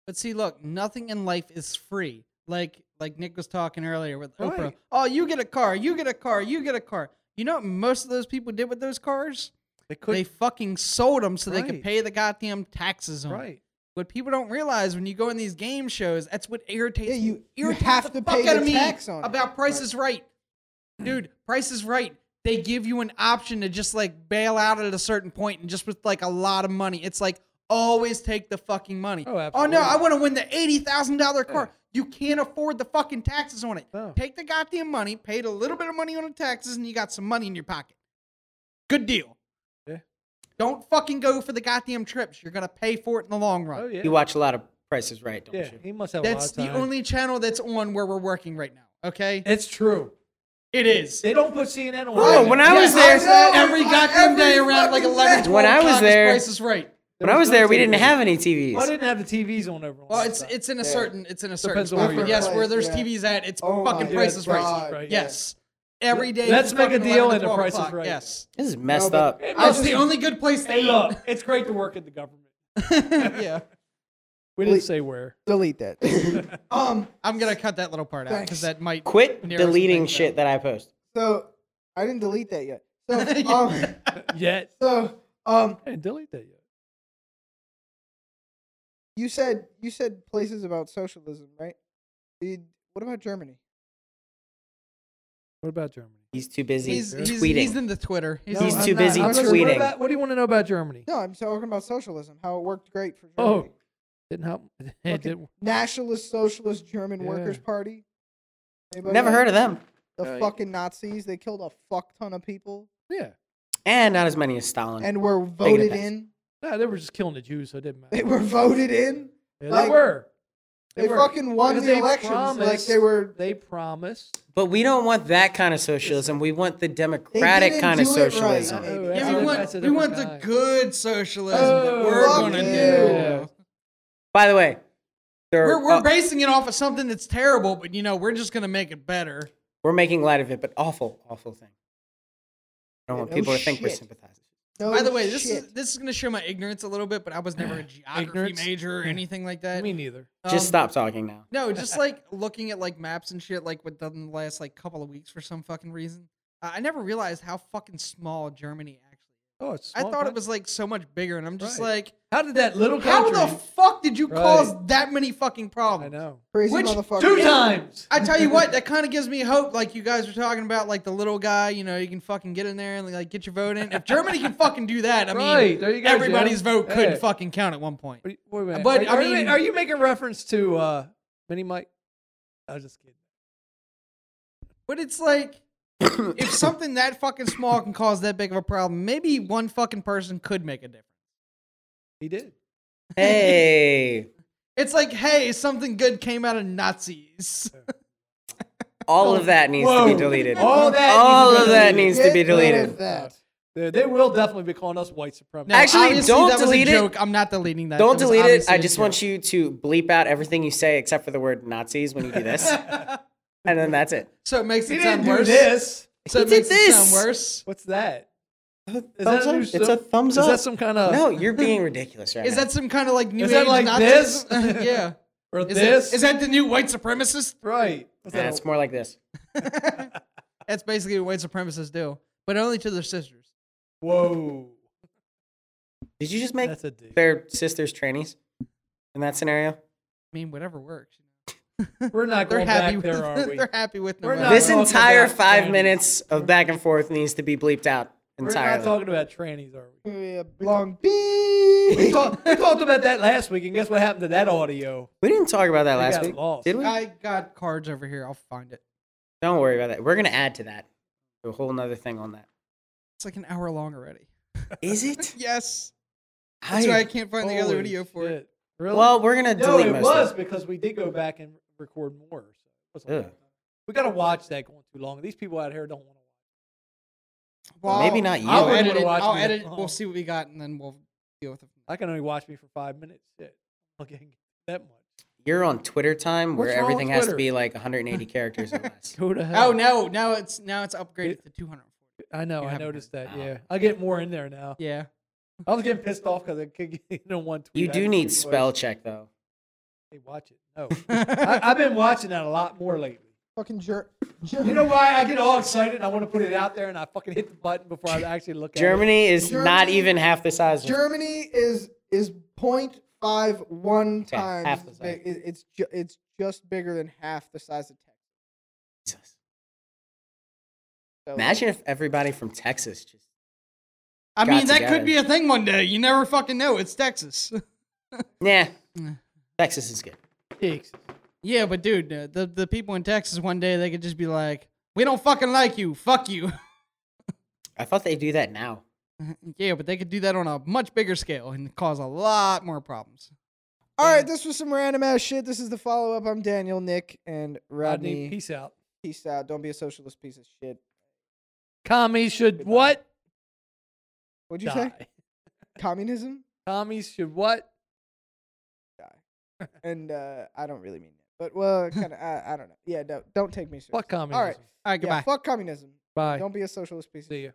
C: But see, look, nothing in life is free. Like like Nick was talking earlier with Oprah.
D: Right.
C: Oh, you get a car, you get a car, you get a car. You know what most of those people did with those cars?
D: They could
C: they fucking sold them so they
D: Right.
C: could pay the goddamn taxes on. it.
D: right.
C: What people don't realize when you go in these game shows, that's what irritates
A: Yeah,
C: me.
A: you- you
C: irritates
A: have
C: the
A: to
C: fuck
A: pay
C: out
A: the
C: of me
A: tax on it.
C: about Price is Right, dude. Price is Right. They give you an option to just like bail out at a certain point and just with like a lot of money. It's like always take the fucking money.
D: Oh,
C: no,
D: absolutely.
C: I want to win the eighty thousand dollar car. You can't afford the fucking taxes on it.
D: No.
C: Take the goddamn money, paid a little bit of money on the taxes, and you got some money in your pocket. Good deal.
D: Yeah.
C: Don't fucking go for the goddamn trips. You're gonna pay for it in the long run.
D: Oh, yeah.
B: You watch a lot of Prices Right, don't
D: Yeah,
B: you?
D: he must have a lot
C: That's
D: of time.
C: the only channel that's on where we're working right now. Okay,
D: It's true.
C: it is.
D: They don't put CNN on.
B: Bro,
D: right
B: when
D: now.
B: I was there,
C: every goddamn day around like 11, 12
B: When I was
C: o'clock, this
B: there-
C: Price is Right.
B: When I was
D: no
B: there, we didn't
D: TV.
B: have any TVs.
D: I didn't have the TVs on over. on
C: Well,
D: that
C: it's
D: side.
C: it's in a certain it's in a certain
D: Depends on
C: spot.
D: where
C: Yes,
A: you're
C: where
A: at.
C: there's
A: Yeah.
C: TVs at, it's
A: Oh my
C: fucking
A: God.
C: Price is Right.
A: God,
D: Right,
C: Yes, every day.
D: Let's
C: from
D: make a
C: fucking
D: deal
C: 11 to
D: and the
C: 12
D: Price is
C: o'clock,
D: Right.
C: Yes,
B: this is messed
A: but-
B: up.
D: It
C: that's
D: must
C: the
D: be-
C: only good place to
D: Hey,
C: eat.
D: look, it's great to work at the government.
C: yeah,
D: We didn't say where.
A: Delete that. um.
C: I'm gonna cut that little part out
A: Thanks.
C: because that might.
B: Quit
C: Narrows the
B: deleting
C: things
B: shit that I post.
A: So I didn't delete that yet. So um.
D: Yet.
A: so um.
D: And delete that yet.
A: You said you said places about socialism, right? Did, what about Germany?
D: What about Germany?
B: He's too busy
C: He's, he's,
B: tweeting.
C: he's in the Twitter. He's,
A: No,
B: He's
A: I'm
B: too
A: not.
B: busy
A: I'm
D: What
A: just-
D: about-
B: tweeting.
D: What do you want to know about Germany?
A: No, I'm talking about socialism. How it worked great for
D: Oh.
A: Germany.
D: Didn't help. It
A: Fucking
D: didn't-
A: Nationalist Socialist German
D: Yeah.
A: Workers Party. Anybody
B: Never
A: know?
B: heard of them.
A: the
D: Uh,
A: fucking Nazis. They killed a fuck ton of people
D: yeah.
B: And not as many as Stalin.
A: and were
B: Taking it
A: voted
B: back.
A: in.
D: No, they were just killing the Jews, so it didn't matter.
A: They were voted in.
D: Yeah,
A: like-
D: they were.
A: They,
D: were.
A: fucking won
D: Because
A: the
D: they
A: elections. like
D: promised-
A: they were.
D: They promised.
B: but we don't want that kind of socialism. We want the
A: They
B: democratic
A: didn't
B: kind of
A: do it right.
B: socialism.
A: They
D: Oh,
A: didn't
C: yeah,
D: That's
C: we
D: a-
C: want
D: that's a
C: we want
D: different
C: the
D: guy.
C: good socialism that
D: Oh,
C: we're
A: fuck
C: gonna
A: yeah.
C: do.
B: By the way, there,
C: We're we're
B: uh,
C: basing it off of something that's terrible, but you know we're just gonna make it better.
B: we're making light of it, but awful, awful thing. I don't want
D: Oh,
A: No
B: people to think we're
A: shit.
B: sympathizing.
A: No
C: By the way, this
A: shit.
C: is this is gonna show my ignorance a little bit, but I was never a geography
D: Ignorance?
C: major or anything like that.
D: Me neither.
B: Just
C: Um,
B: stop talking now.
C: No, just like looking at like maps and shit, like what done the last like couple of weeks for some fucking reason. Uh, I never realized how fucking small Germany actually.
D: Oh, it's
C: I
D: small
C: thought
D: country.
C: it was like so much bigger, and I'm just
D: Right.
C: like,
D: How did that little
C: how
D: country?
C: the fuck did you
D: Right.
C: cause that many fucking
D: I
C: problems?
D: know.
A: crazy
C: which
A: motherfucker.
D: Two times.
C: I tell you what, that kind of gives me hope. Like you guys were talking about, like the little guy, you know, you can fucking get in there and like get your vote in. If Germany can fucking do that, I mean,
D: Right, there you go,
C: everybody's
D: Jim.
C: vote could
D: Yeah.
C: fucking count at one point.
D: Wait a minute.
C: But, I
D: are, are you-
C: mean-
D: are you making reference to uh, Mini Mike? I was just kidding.
C: But it's like, if something that fucking small can cause that big of a problem, maybe one fucking person could make a difference.
D: He did.
B: Hey,
C: It's like, hey, something good came out of Nazis.
B: all of that needs to
D: Whoa.
B: be deleted.
D: All that.
B: All
D: needs to
B: of
D: be
B: that
D: deleted.
B: needs to be
A: Get rid of
B: deleted.
A: That.
D: Uh, They, they will definitely be calling us white supremacists.
C: No,
B: Actually,
C: obviously,
B: don't
C: that was a
B: delete it.
C: joke. I'm not deleting that.
B: Don't
C: That was
B: delete it.
C: obviously
B: I
C: a
B: just want
C: joke.
B: you to bleep out everything you say except for the word Nazis when you do this. and then that's it.
C: So it makes
D: he
C: it
D: didn't
C: sound
D: do
C: worse.
D: this.
C: So
B: He
C: it
B: did
C: makes it sound
B: this.
C: worse.
D: What's that? Is
B: Thumbs
D: that
B: up.
D: new
B: It's
D: stuff?
B: a thumbs
D: Is
B: up.
D: that some kind of
B: No, you're being ridiculous right
C: Is
B: now.
C: that some kind of like new
D: Is that
C: age
D: like
C: Nazis?
D: this?
C: yeah.
D: or
C: Is that-
D: this?
C: is that the new white supremacist?
D: right? Was
B: Nah,
D: that a-
B: it's more like this.
C: That's basically what white supremacists do, but only to their sisters.
D: whoa,
B: Did you just make
D: that's a dig.
B: their sisters trannies in that scenario?
C: I mean, whatever works.
D: We're not
C: They're
D: going
C: happy with
D: back there, are we?
C: they're happy with no
D: We're
C: matter
D: not
C: what.
B: This
D: talking
B: entire
D: about
B: five
D: trannies.
B: minutes of back and forth needs to be bleeped out
D: We're not
B: entirely.
D: talking about trannies, are we?
A: Yeah, Long Beach.
D: We, talk, we talked about that last week, and guess what happened to that audio?
B: we didn't talk about that
D: They
B: last
D: got
B: week,
D: lost.
B: did we?
C: I got cards over here. I'll find it.
B: Don't worry about that. We're gonna add to that. Do A whole nother thing on that.
C: It's like an hour long already.
B: Is it?
C: Yes.
B: I,
C: That's why I can't find the other
D: Holy
C: video for it.
D: shit. Really?
B: well, we're gonna
D: no,
B: delete
D: it
B: most.
D: was
B: Of
D: because we did go back and record more. So it was a
B: Ugh.
D: long time. we got to watch that going too long. These people out here don't want to
C: Well,
B: Maybe not you. I
C: I'll
B: wouldn't
C: edit
D: wanna
C: it.
D: watch
C: I'll
D: me.
C: edit it. We'll see what we got, and then we'll deal with it.
D: watch. I can only watch me for five minutes. Shit, fucking that much.
B: You're on Twitter time where
D: What's wrong with
B: everything has to
D: Twitter?
B: be like 180 characters or less.
D: Go to
C: Oh no! Now it's now it's upgraded
D: It-
C: to 240.
D: I know.
C: You
D: I
C: haven't
D: noticed that.
B: Oh.
D: Yeah, I get more in there now.
C: Yeah.
D: I was getting pissed off because I could get in on one tweet.
B: You
D: I
B: do
D: had
B: need
D: two
B: spell
D: votes.
B: check though.
D: Hey, watch it. No, I, I've been watching that a lot more lately.
A: Fucking jerk.
D: You know why I get all excited? and I want to put it out there, and I fucking hit the button before I actually look at it.
B: Germany is not
A: Germany-
B: even half the size. Of,
A: Germany is is point five one
B: Yeah,
A: times
B: half the
A: as
B: size.
A: big. It, it's ju- it's just bigger than half the size of Texas.
B: Jesus.
A: So,
B: Imagine if everybody from Texas just
C: I
B: got
C: mean, that
B: together.
C: could be a thing one day. You never fucking know. It's Texas.
B: Nah.
C: Mm.
B: Texas is good.
D: Germany.
C: yeah, but dude, uh, the the people in Texas one day they could just be like, "We don't fucking like you. Fuck you."
B: I thought they do that now.
C: yeah, but they could do that on a much bigger scale and cause a lot more problems.
A: All right, this was some random ass shit. This is the follow up. I'm Daniel, Nick, and
D: Rodney,
A: Rodney.
D: peace out.
A: Peace out. Don't be a socialist piece of shit.
D: Commies should what?
A: What'd you say?
D: Die.
A: Communism?
D: Commies should what?
A: And uh, I don't really mean that. But, well, kind of, I, I don't know. Yeah, no, don't take me seriously.
D: Fuck communism.
A: All right.
C: All right,
A: Yeah,
C: goodbye.
A: fuck communism.
D: Bye.
A: Don't be a socialist piece of
D: See ya.